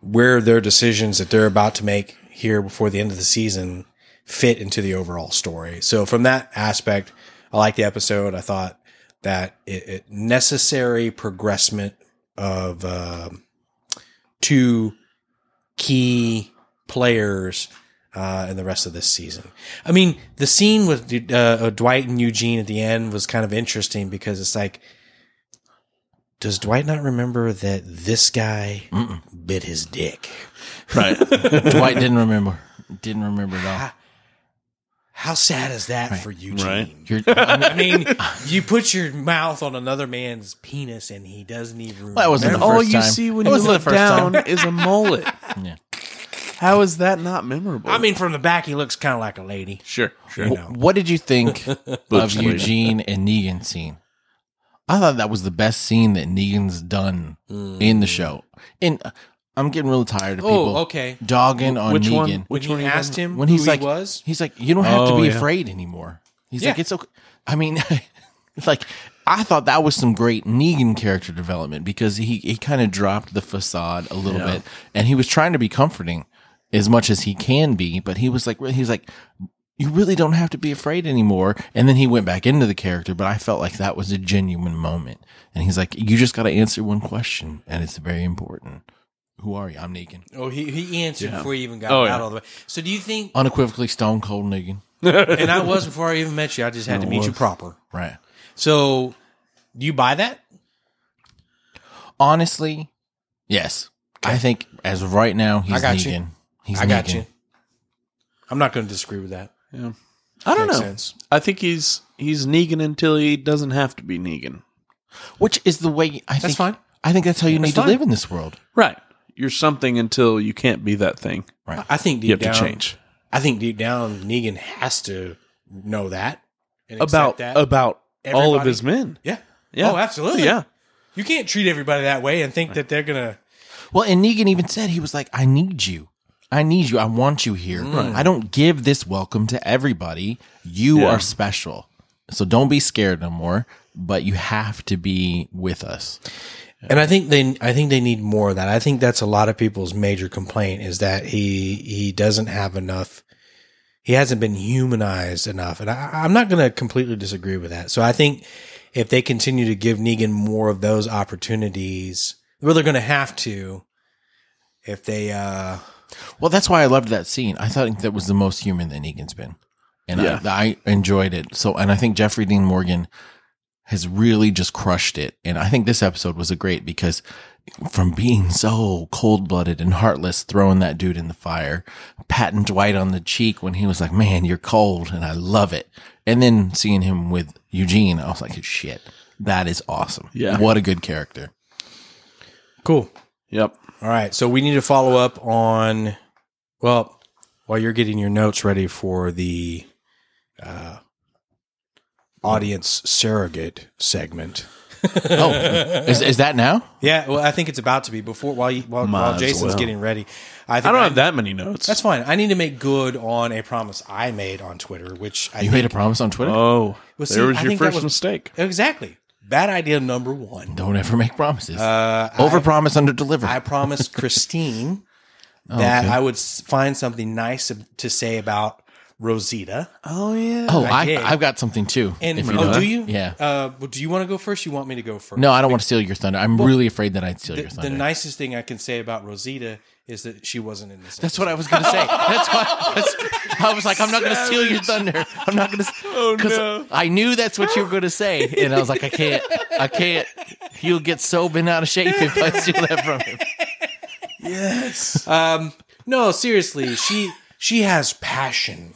where their decisions that they're about to make here before the end of the season fit into the overall story. So, from that aspect, I like the episode. I thought that it, it necessary progressment of uh, two key players uh, in the rest of this season. I mean, the scene with uh, uh, Dwight and Eugene at the end was kind of interesting because it's like, does Dwight not remember that this guy bit his dick?
Right.
Dwight didn't remember. Didn't remember at
Ah.
all.
How sad is that for Eugene?
Right.
You're, I mean,
I mean, you put your mouth on another man's penis and he doesn't even remember.
that wasn't the
All
first
you
time.
see when
That
you
wasn't
look
the first
down
time.
is a mullet.
Yeah.
How is that not memorable?
I mean, from the back, he looks kind of like a lady.
sure, sure.
You
Wh-
know.
What did you think of
Butch lady.
Eugene and Negan scene? I thought that was the best scene that Negan's done in the show. And uh, I'm getting really tired of people
Oh, okay.
dogging on
Which
Negan.
one?
When
Which one?
you
are you
asked
talking
him
When
who
he's like,
he was,
he's like, you don't have to
Oh,
be
yeah.
afraid anymore. He's like,
Yeah.
it's okay. I mean, like, I thought that was some great Negan character development because he, he kind of dropped the facade a little bit and he was trying to be comforting as much as he can be, but he was like, he's like, you really don't have to be afraid anymore. And then he went back into the character, but I felt like that was a genuine moment. And he's like, you just got to answer one question, and it's very important. Who are you? I'm Negan.
oh, he, he answered before he even got
Oh,
out
yeah.
all the way. So, do you think?
Unequivocally stone cold Negan.
and I was before I even met you. I just had to meet you proper.
Right.
So, do you buy that?
Honestly, yes. I think as of right now, he's
I got you.
Negan. He's
I got
Negan.
you. I'm not going to disagree with that.
I don't
Makes
know.
sense.
I think he's he's Negan until he doesn't have to be Negan.
Which is the way I
That's
think.
fine.
I think that's how you need to
fine.
live in this world.
Right. You're something until you can't be that thing.
I think deep
You have
down,
to change.
I think deep down, Negan has to know that and
About
accept that.
about all of
Everybody-
his men.
yeah,
Yeah.
Oh, absolutely.
Yeah.
you can't treat everybody that way and think that they're gonna.
Well, and Negan even said he was like, "I need you. I need you. I want you here. I don't give this welcome to everybody. You
Yeah.
are special. So don't be scared no more. But you have to be with us.
And I think they, I think they need more of that. I think that's a lot of people's major complaint is that he he doesn't have enough. He hasn't been humanized enough, and I, I'm not going to completely disagree with that. So I think if they continue to give Negan more of those opportunities, well, they're going to have to. If they, uh
Well, that's why I loved that scene. I thought that was the most human that Negan's been, and
Yeah.
I, I enjoyed it. So, and I think Jeffrey Dean Morgan has really just crushed it. And I think this episode was a great because from being so cold blooded and heartless, throwing that dude in the fire, patting Dwight on the cheek when he was like, "Man, you're cold," and I love it. And then seeing him with Eugene, I was like, "Shit, that is awesome!
Yeah.
what a good character."
cool.
Yep.
All right, so we need to follow up on. Well, while you're getting your notes ready for the uh, audience surrogate segment,
Oh, is, is that now?
Yeah, well, I think it's about to be before while you, while,
Might
while
as
Jason's
well.
getting ready. I, think
I don't have that many notes.
That's fine. I need to make good on a promise I made on Twitter, which I
You
think,
made a promise on Twitter?
oh,
Well, see,
there was
I
your
think that
first
was-
mistake.
exactly bad idea number one.
Don't ever make promises.
Uh, I-
Over promise, under deliver.
I promised Christine
Oh,
that
okay.
I would s- find something nice to say about Rosita.
Oh yeah.
oh,
I
I,
did.
I've got something too.
And
if you
oh,
don't.
do you?
Yeah.
Uh, well, do you want to go first? You want me to go first?
No, I don't want to steal your thunder. I'm really afraid that I'd steal
The,
your
the
thunder.
nicest thing I can say about Rosita is that she wasn't in this.
that's what I was going to say. That's why that's, I was like, I'm not going to steal your thunder. I'm not going to. Oh
no.
I knew that's what you were going to say, and I was like, I can't. I can't. You'll get so bent out of shape if I steal that from him.
yes.
Um, no, seriously, she she has passion.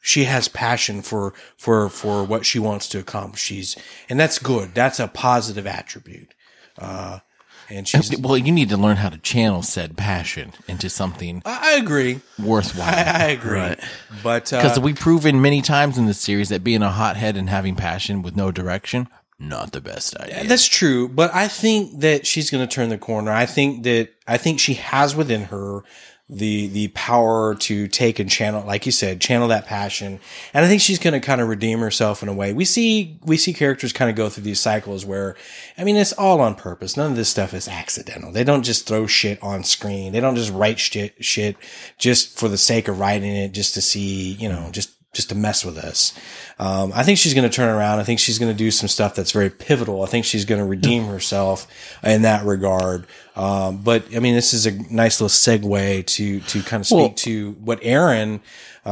She has passion for for for what she wants to accomplish. She's and that's good. That's a positive attribute. Uh, and she's.
Well, you need to learn how to channel said passion into something
I I agree. I,
worthwhile.
I agree. But uh,
Because we've proven many times in this series that being a hothead and having passion with no direction, not the best idea.
That's true, but I think that she's going to turn the corner. I think that I think she has within her the the power to take and channel, like you said, channel that passion, and I think she's going to kind of redeem herself in a way. We see we see characters kind of go through these cycles where, I mean, it's all on purpose. None of this stuff is accidental. They don't just throw shit on screen. They don't just write shit shit just for the sake of writing it, just to see you know just just to mess with us. Um, I think she's going to turn around. I think she's going to do some stuff that's very pivotal. I think she's going to
Hmm.
redeem herself in that regard. Um, but I mean, this is a nice little segue to to kind of speak to what Aaron uh,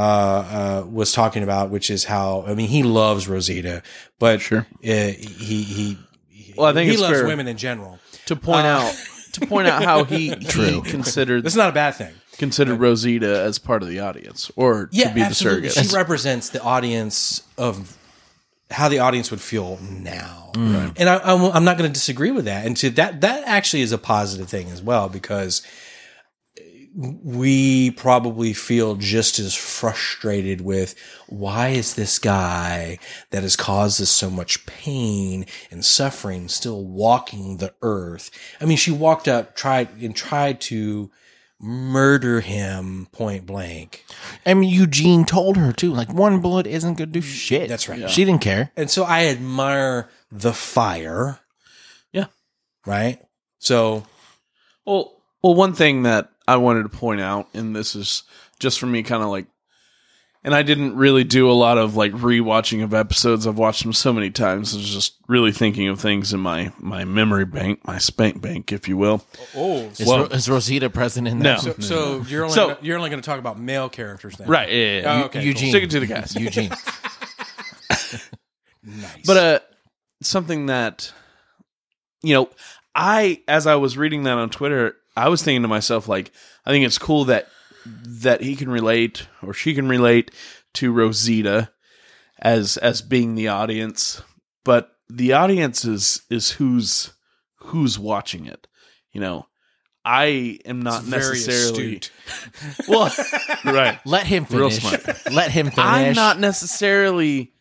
uh, was talking about, which is how I mean he loves Rosita, but
Sure.
uh, he he he,
Well, I think
he
it's
loves
fair.
women in general.
To point out to point out how he, he considered
That's not a bad thing.
considered Rosita as part of the audience or to be the surrogate.
She represents the audience of how the audience would feel now,
Mm.
and I, I'm, I'm not going to disagree with that. And to that, that actually is a positive thing as well because we probably feel just as frustrated with why is this guy that has caused us so much pain and suffering still walking the earth? I mean, she walked up, tried and tried to murder him point blank.
I mean, Eugene told her too. Like one bullet isn't gonna do shit.
That's right.
She didn't care.
And so I admire the fire,
Yeah.
right? So
Well, well, one thing that I wanted to point out, and this is just for me, kind of like, and I didn't really do a lot of like rewatching of episodes. I've watched them so many times. I was just really thinking of things in my my memory bank, my spank bank, if you will.
oh,
Is, Ro- is Rosita present in
No.
that? Mm-hmm.
so, so you're only
So-
gonna, you're only going to talk about male characters now,
Right. Yeah. yeah, yeah.
Oh, okay,
Eugene.
Stick it to the guys.
Eugene.
Nice.
But uh, something that you know, I as I was reading that on Twitter, I was thinking to myself like, I think it's cool that that he can relate or she can relate to Rosita as as being the audience, but the audience is is who's who's watching it. You know, I am not necessarily well, right.
Let him
Real
finish. Let him finish.
I'm not necessarily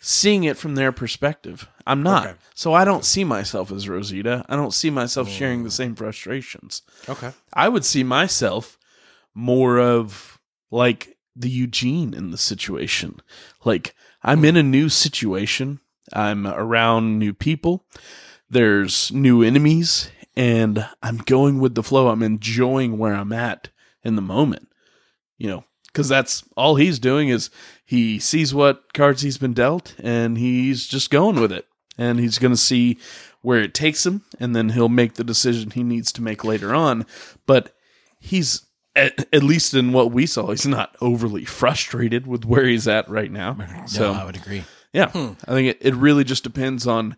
seeing it from their perspective. I'm not.
Okay.
So I don't see myself as Rosita. I don't see myself sharing the same frustrations.
Okay.
I would see myself more of like the Eugene in the situation. Like I'm in a new situation. I'm around new people. There's new enemies and I'm going with the flow. I'm enjoying where I'm at in the moment. You know, cuz that's all he's doing is he sees what cards he's been dealt and he's just going with it. And he's going to see where it takes him and then he'll make the decision he needs to make later on but he's at, at least in what we saw he's not overly frustrated with where he's at right now
So
so
I would agree.
yeah
Hmm.
i think it, it really just depends on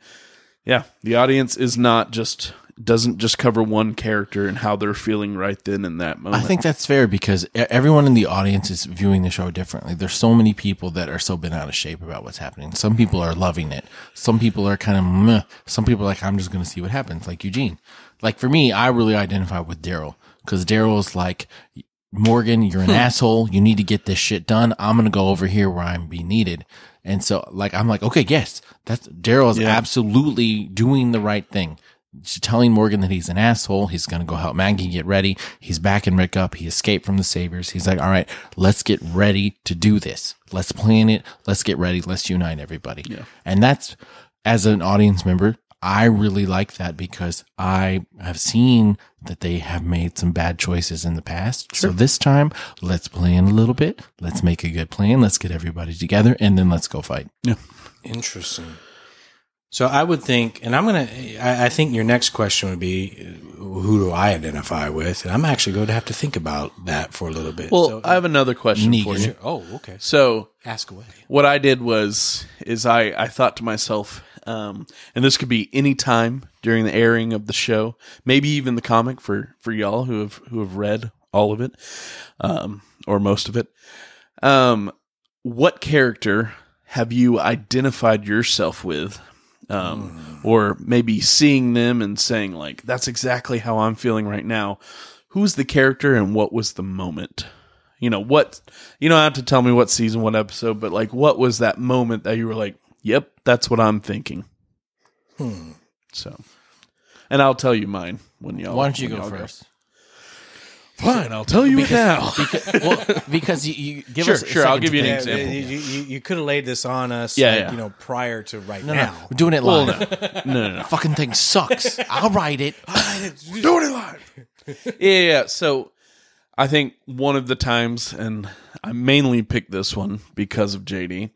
yeah the audience is not just doesn't just cover one character and how they're feeling right then in that
I
moment
think that's fair because e- everyone in the audience is viewing the show differently. There's so many people that are so bent out of shape about what's happening. Some people are loving it. Some people are kind of meh. Some people are like, I'm just going to see what happens, like Eugene. Like for me, I really identify with Daryl because Daryl's like, Morgan, you're an asshole. You need to get this shit done. I'm gonna go over here where I'm be needed. And so, like, I'm like, okay, yes, that's Daryl is
Yeah.
absolutely doing the right thing. She's telling Morgan that he's an asshole. He's gonna go help Maggie get ready. He's backing Rick up. He escaped from the Saviors. He's like, all right, let's get ready to do this. Let's plan it. Let's get ready. Let's unite everybody.
Yeah.
And that's as an audience member, I really like that because I have seen that they have made some bad choices in the past. So this time, let's plan a little bit. Let's make a good plan. Let's get everybody together and then let's go fight.
Interesting. So I would think, and I'm gonna. I, I think your next question would be, uh, who do I identify with? And I'm actually going to have to think about that for a little bit.
Well,
So- uh,
I have another question for
Negan.
you.
oh, okay.
So
Ask away.
what I did was is I I thought to myself, um, and this could be any time during the airing of the show, maybe even the comic for for y'all who have who have read all of it, um, or most of it. Um, what character have you identified yourself with? Um,
Hmm.
or maybe seeing them and saying like, "That's exactly how I'm feeling right now." Who's the character and what was the moment? you know what you don't have to tell me what season what episode but like what was that moment that you were like yep that's what i'm thinking
Hmm.
so and i'll tell you mine when y'all
Why don't you
when
go
y'all
first?
fine i'll tell you it now
well, because you, you give
Sure,
us a
sure, I'll
second
give
to
you an
think.
Yeah,
example.
You, you, you could have laid this on us,
Yeah,
like,
yeah.
you know, prior to right
No, no,
now.
we're doing it
well
live.
no no no, no.
Fucking thing sucks. I'll write it.
Doing it live.
yeah, yeah, yeah. So I think one of the times, and I mainly picked this one because of JD.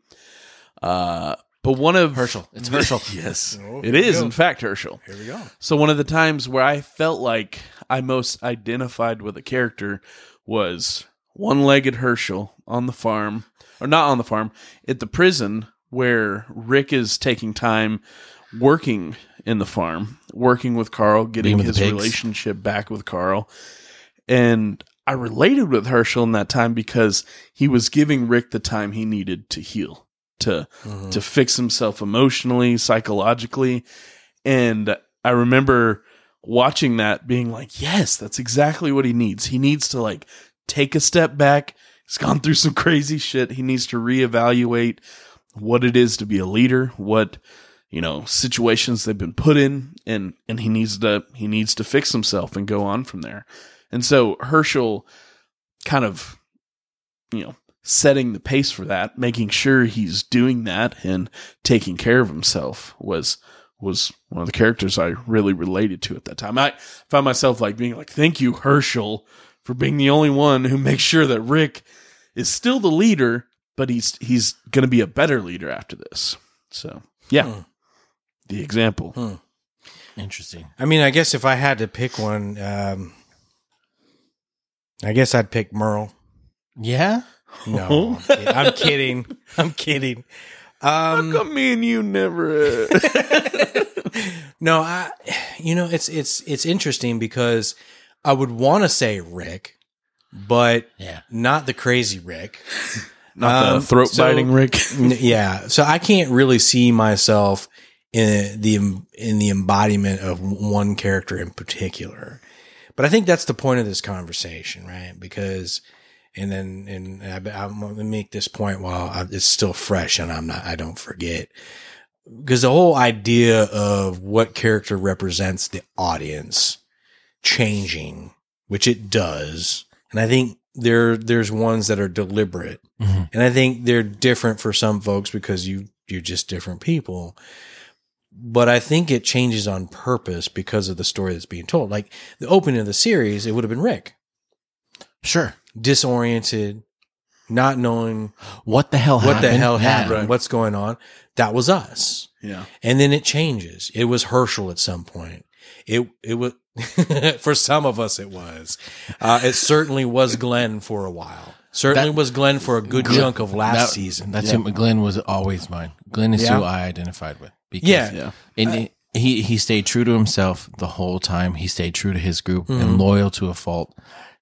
Uh, but one of Herschel,
It's Herschel.
yes,
Oh,
it
here we
is
go.
in fact Herschel.
Here we go.
So one of the times where I felt like I most identified with a character was one-legged Herschel on the farm, or not on the farm, at the prison where Rick is taking time working in the farm, working with Carl, getting
with the
his
pigs.
relationship back with Carl. And I related with Herschel in that time because he was giving Rick the time he needed to heal, to
Mm-hmm.
to fix himself emotionally, psychologically. And I remember watching that being like, yes, that's exactly what he needs. He needs to like take a step back. He's gone through some crazy shit. He needs to reevaluate what it is to be a leader, what you know, situations they've been put in and and he needs to he needs to fix himself and go on from there. And so Herschel kind of you know, setting the pace for that, making sure he's doing that and taking care of himself was was one of the characters I really related to at that time. I found myself like being like, "Thank you, Herschel, for being the only one who makes sure that Rick is still the leader, but he's he's going to be a better leader after this." So, yeah,
Hmm.
the example.
Hmm.
Interesting.
I mean, I guess if I had to pick one, um, I guess I'd pick Merle.
Yeah.
No, I'm kid- I'm kidding. I'm kidding. Um,
How come me and you never? uh,
no, I, you know, it's it's it's interesting because I would want to say Rick, but
Yeah.
not the crazy Rick.
Not the
Um,
throat
so-
biting Rick.
N- yeah, so I can't really see myself in the in the embodiment of one character in particular. But I think that's the point of this conversation, right? Because and then and I, I'm going to make this point while I, it's still fresh and I'm not I don't forget because the whole idea of what character represents the audience changing, which it does, and I think there there's ones that are deliberate,
Mhm.
and I think they're different for some folks because you you're just different people. But I think it changes on purpose because of the story that's being told. Like the opening of the series, it would have been Rick
Sure.
disoriented, not knowing
What the hell
what
happened?
the hell happened,
Right.
what's going on. That was us
yeah,
and then it changes. It was Herschel at some point. It it was for some of us. It was. Uh, it certainly was Glenn for a while. Certainly
That-
was Glenn for a good
Glenn-
chunk of last
That-
season.
That's him. Glenn was always mine. Glenn is
Yeah.
who I identified with. Because
Yeah.
yeah.
And he he stayed true to himself the whole time. He stayed true to his group and loyal to a fault.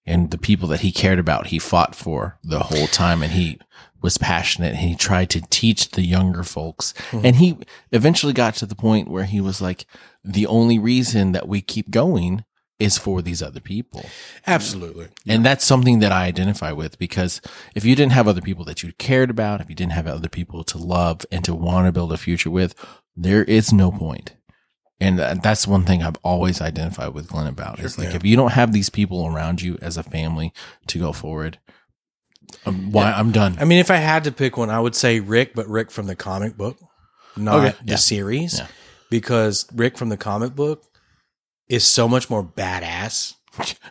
And the people that he cared about, he fought for the whole time. And he was passionate. And he tried to teach the younger folks. And he eventually got to the point where he was like, the only reason that we keep going is for these other people.
Absolutely.
And that's something that I identify with because if you didn't have other people that you cared about, if you didn't have other people to love and to want to build a future with, there is no point. And tha- that's one thing I've always identified with Glenn about is like,
Yeah.
if you don't have these people around you as a family to go forward, um, why I'm done.
I mean, if I had to pick one, I would say Rick, but Rick from the comic book, not
Okay.
the
Yeah.
series,
Yeah.
because Rick from the comic book is so much more badass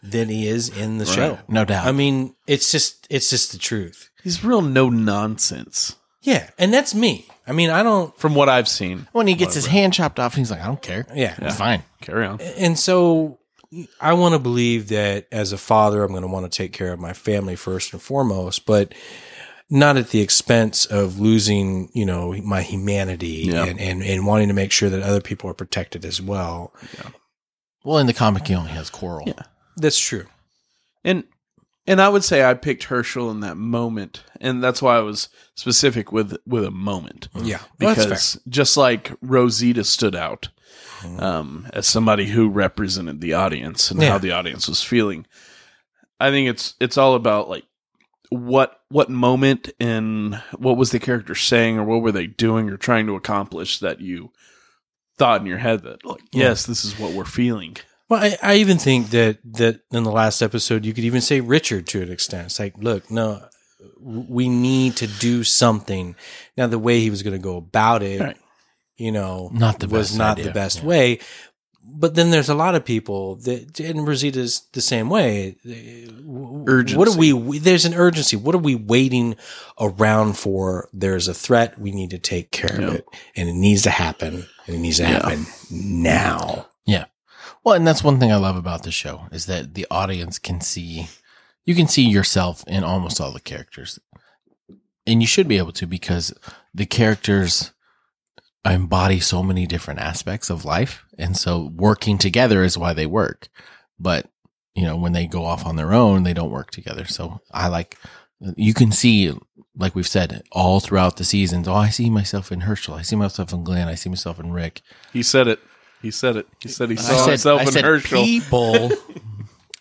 than he is in the show.
No doubt.
I mean, it's just it's just the truth.
He's real no nonsense
Yeah, and that's me. I mean, I don't.
from what I've seen.
when he gets his hand chopped off, he's like, I don't care.
Yeah,
It's fine.
Carry on.
and so I want to believe that as a father, I'm going to want to take care of my family first and foremost, but not at the expense of losing, you know, my humanity
Yeah.
and, and, and wanting to make sure that other people are protected as well.
Well, in the comic, he only has Coral.
Yeah.
That's true.
And and I would say I picked Herschel in that moment, and that's why I was specific with with a moment.
Yeah. Well, Mm-hmm. that's fair.
because just like Rosita stood out
Mm-hmm.
um, as somebody who represented the audience and
Yeah.
how the audience was feeling. I think it's it's all about like what what moment and what was the character saying or what were they doing or trying to accomplish that you thought in your head that like
Yeah.
yes this is what we're feeling
Well, I, I even think that, that in the last episode, you could even say Richard to an extent. It's like, look, no, we need to do something. Now, the way he was going to go about it,
Right.
you know,
Not the
was
best
not
idea.
the best
Yeah.
way. But then there's a lot of people that, and Rosita's the same way. W-
Urgency.
What are we, we? There's an urgency. What are we waiting around for? There's a threat. We need to take care
Yeah.
of it, and it needs to happen. And it needs to
Yeah.
happen now.
Well, and that's one thing I love about the show is that the audience can see you can see yourself in almost all the characters. And you should be able to because the characters embody so many different aspects of life. And so working together is why they work. But, you know, when they go off on their own, they don't work together. So I like you can see like we've said all throughout the seasons, oh, I see myself in Herschel, I see myself in Glenn, I see myself in Rick.
he said it he said it he said he saw
I said,
himself
I
in
said
Herschel
people.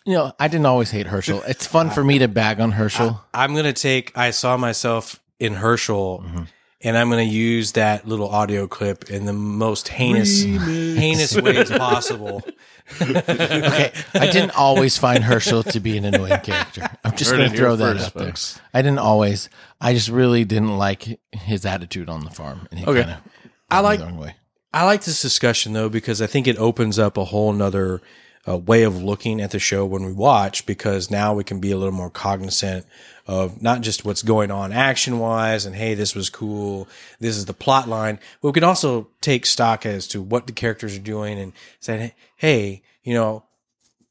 you know, I didn't always hate Herschel. It's fun for me to bag on Herschel.
I'm gonna take I saw myself in Herschel
Mhm.
and I'm gonna use that little audio clip in the most heinous heinous way as possible.
okay, I didn't always find Herschel to be an annoying character. I'm just
Heard
going
it
to
here
throw that
first,
out there.
folks.
I didn't always. I just really didn't like his attitude on the farm. And he
Okay.
kinda
I
went
like-
the wrong way.
I like this discussion though because I think it opens up a whole nother uh, way of looking at the show when we watch because now we can be a little more cognizant of not just what's going on action wise and hey this was cool this is the plot line but we can also take stock as to what the characters are doing and say hey you know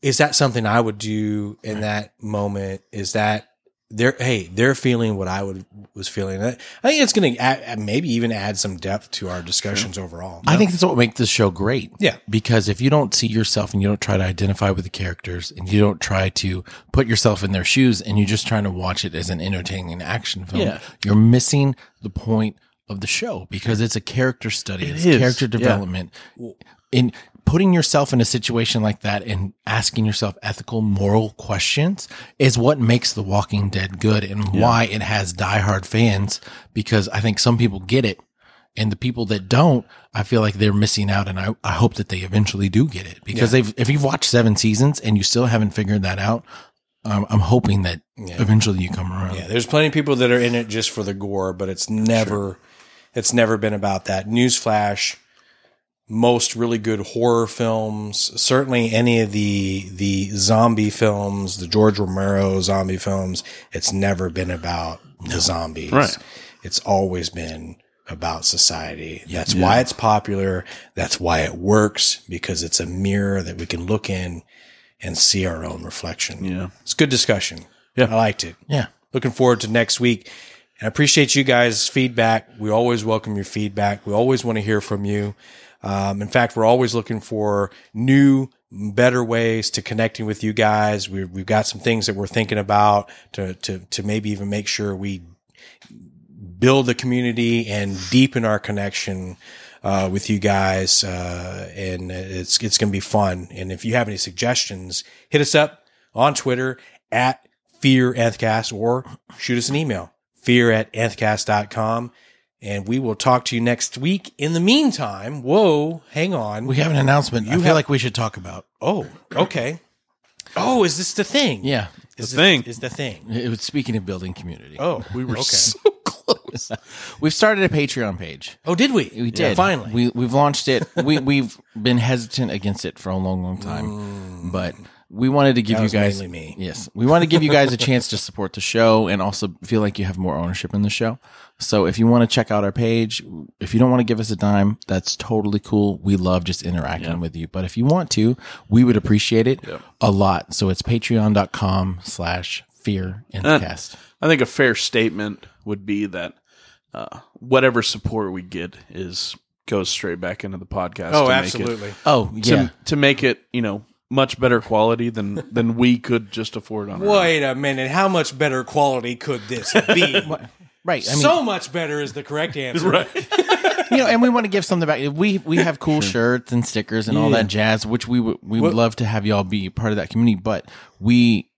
is that something I would do in that moment is that they're hey they're feeling what I would was feeling I think it's going to maybe even add some depth to our discussions overall
I think that's what makes this show great.
Yeah.
Because if you don't see yourself and you don't try to identify with the characters and you don't try to put yourself in their shoes and you're just trying to watch it as an entertaining action film,
Yeah.
you're missing the point of the show because it's a character study, it's
is,
character
yeah.
development. In putting yourself in a situation like that and asking yourself ethical, moral questions is what makes The Walking Dead good and why it has diehard fans because I think some people get it and the people that don't, I feel like they're missing out. And I, I hope that they eventually do get it because they've, if you've watched seven seasons and you still haven't figured that out, um, I'm hoping that eventually you come around.
Yeah, there's plenty of people that are in it just for the gore, but it's never it's never been about that. Newsflash, most really good horror films, certainly any of the the zombie films, the George Romero zombie films, it's never been about the zombies.
Right.
It's always been about society. That's why it's popular. That's why it works because it's a mirror that we can look in and see our own reflection.
Yeah.
It's good discussion.
Yeah.
I liked it
Yeah.
looking forward to next week. And I appreciate you guys' feedback. We always welcome your feedback. We always want to hear from you. Um, in fact, we're always looking for new, better ways to connecting with you guys. We, we've got some things that we're thinking about to, to, to maybe even make sure we build the community and deepen our connection uh, with you guys, uh, and it's it's going to be fun. And if you have any suggestions, hit us up on Twitter at Fear Anthcast or shoot us an email, fear at anthcast.com. And we will talk to you next week. In the meantime, whoa, hang on.
We have an announcement. I feel
have-
like we should talk about.
oh, okay. Oh, is this the thing?
Yeah,
Is
The
the-
thing.
Is the thing.
it was speaking of building community.
Oh,
We were
okay.
so close.
We've started a Patreon page.
oh, did we?
We did
Yeah, finally.
We we've launched it. we we've been hesitant against it for a long, long time, but we wanted to give you
Mm. was
guys
mainly me.
Yes, we want to give you guys a chance to support the show and also feel like you have more ownership in the show. So if you want to check out our page, if you don't want to give us a dime, that's totally cool. We love just interacting with you. But if you want to, we would appreciate it a lot. So it's patreon.com slash fear in
Uh.
the cast.
I think a fair statement would be that uh, whatever support we get is goes straight back into the podcast.
oh,
to make it-
absolutely.
Oh
to,
yeah.
to make it you know much better quality than than we could just afford on. Our own.
Wait a minute. How much better quality could this be?
Right. I mean,
so much better is the correct answer.
you know, and we want to give something back. We we have cool shirts and stickers and all that jazz, which we would we would love to have y'all be part of that community. But we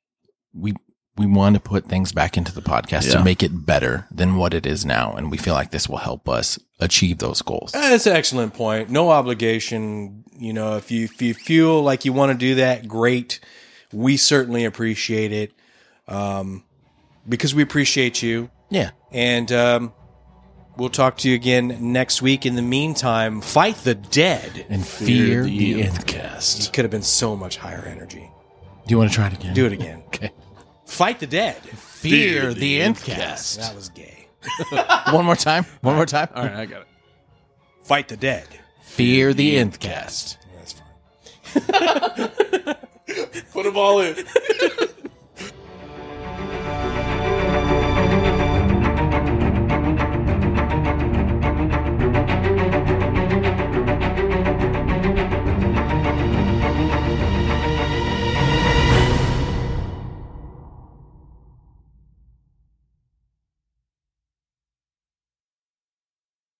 we we want to put things back into the podcast to
Yeah.
make it better than what it is now, and we feel like this will help us achieve those goals.
That's an excellent point. No obligation. You know, if you if you feel like you want to do that, great. We certainly appreciate it, um, because we appreciate you,
Yeah,
and um, we'll talk to you again next week. In the meantime, fight the dead.
and fear, the end.
It could have been so much higher energy.
Do you want to try it again?
Do it again.
Okay.
Fight the dead.
Fear, the end cast.
That was gay.
One more time. One more time.
All right, I got it.
Fight the dead.
Fear the end cast.
That's fine.
Put them all in.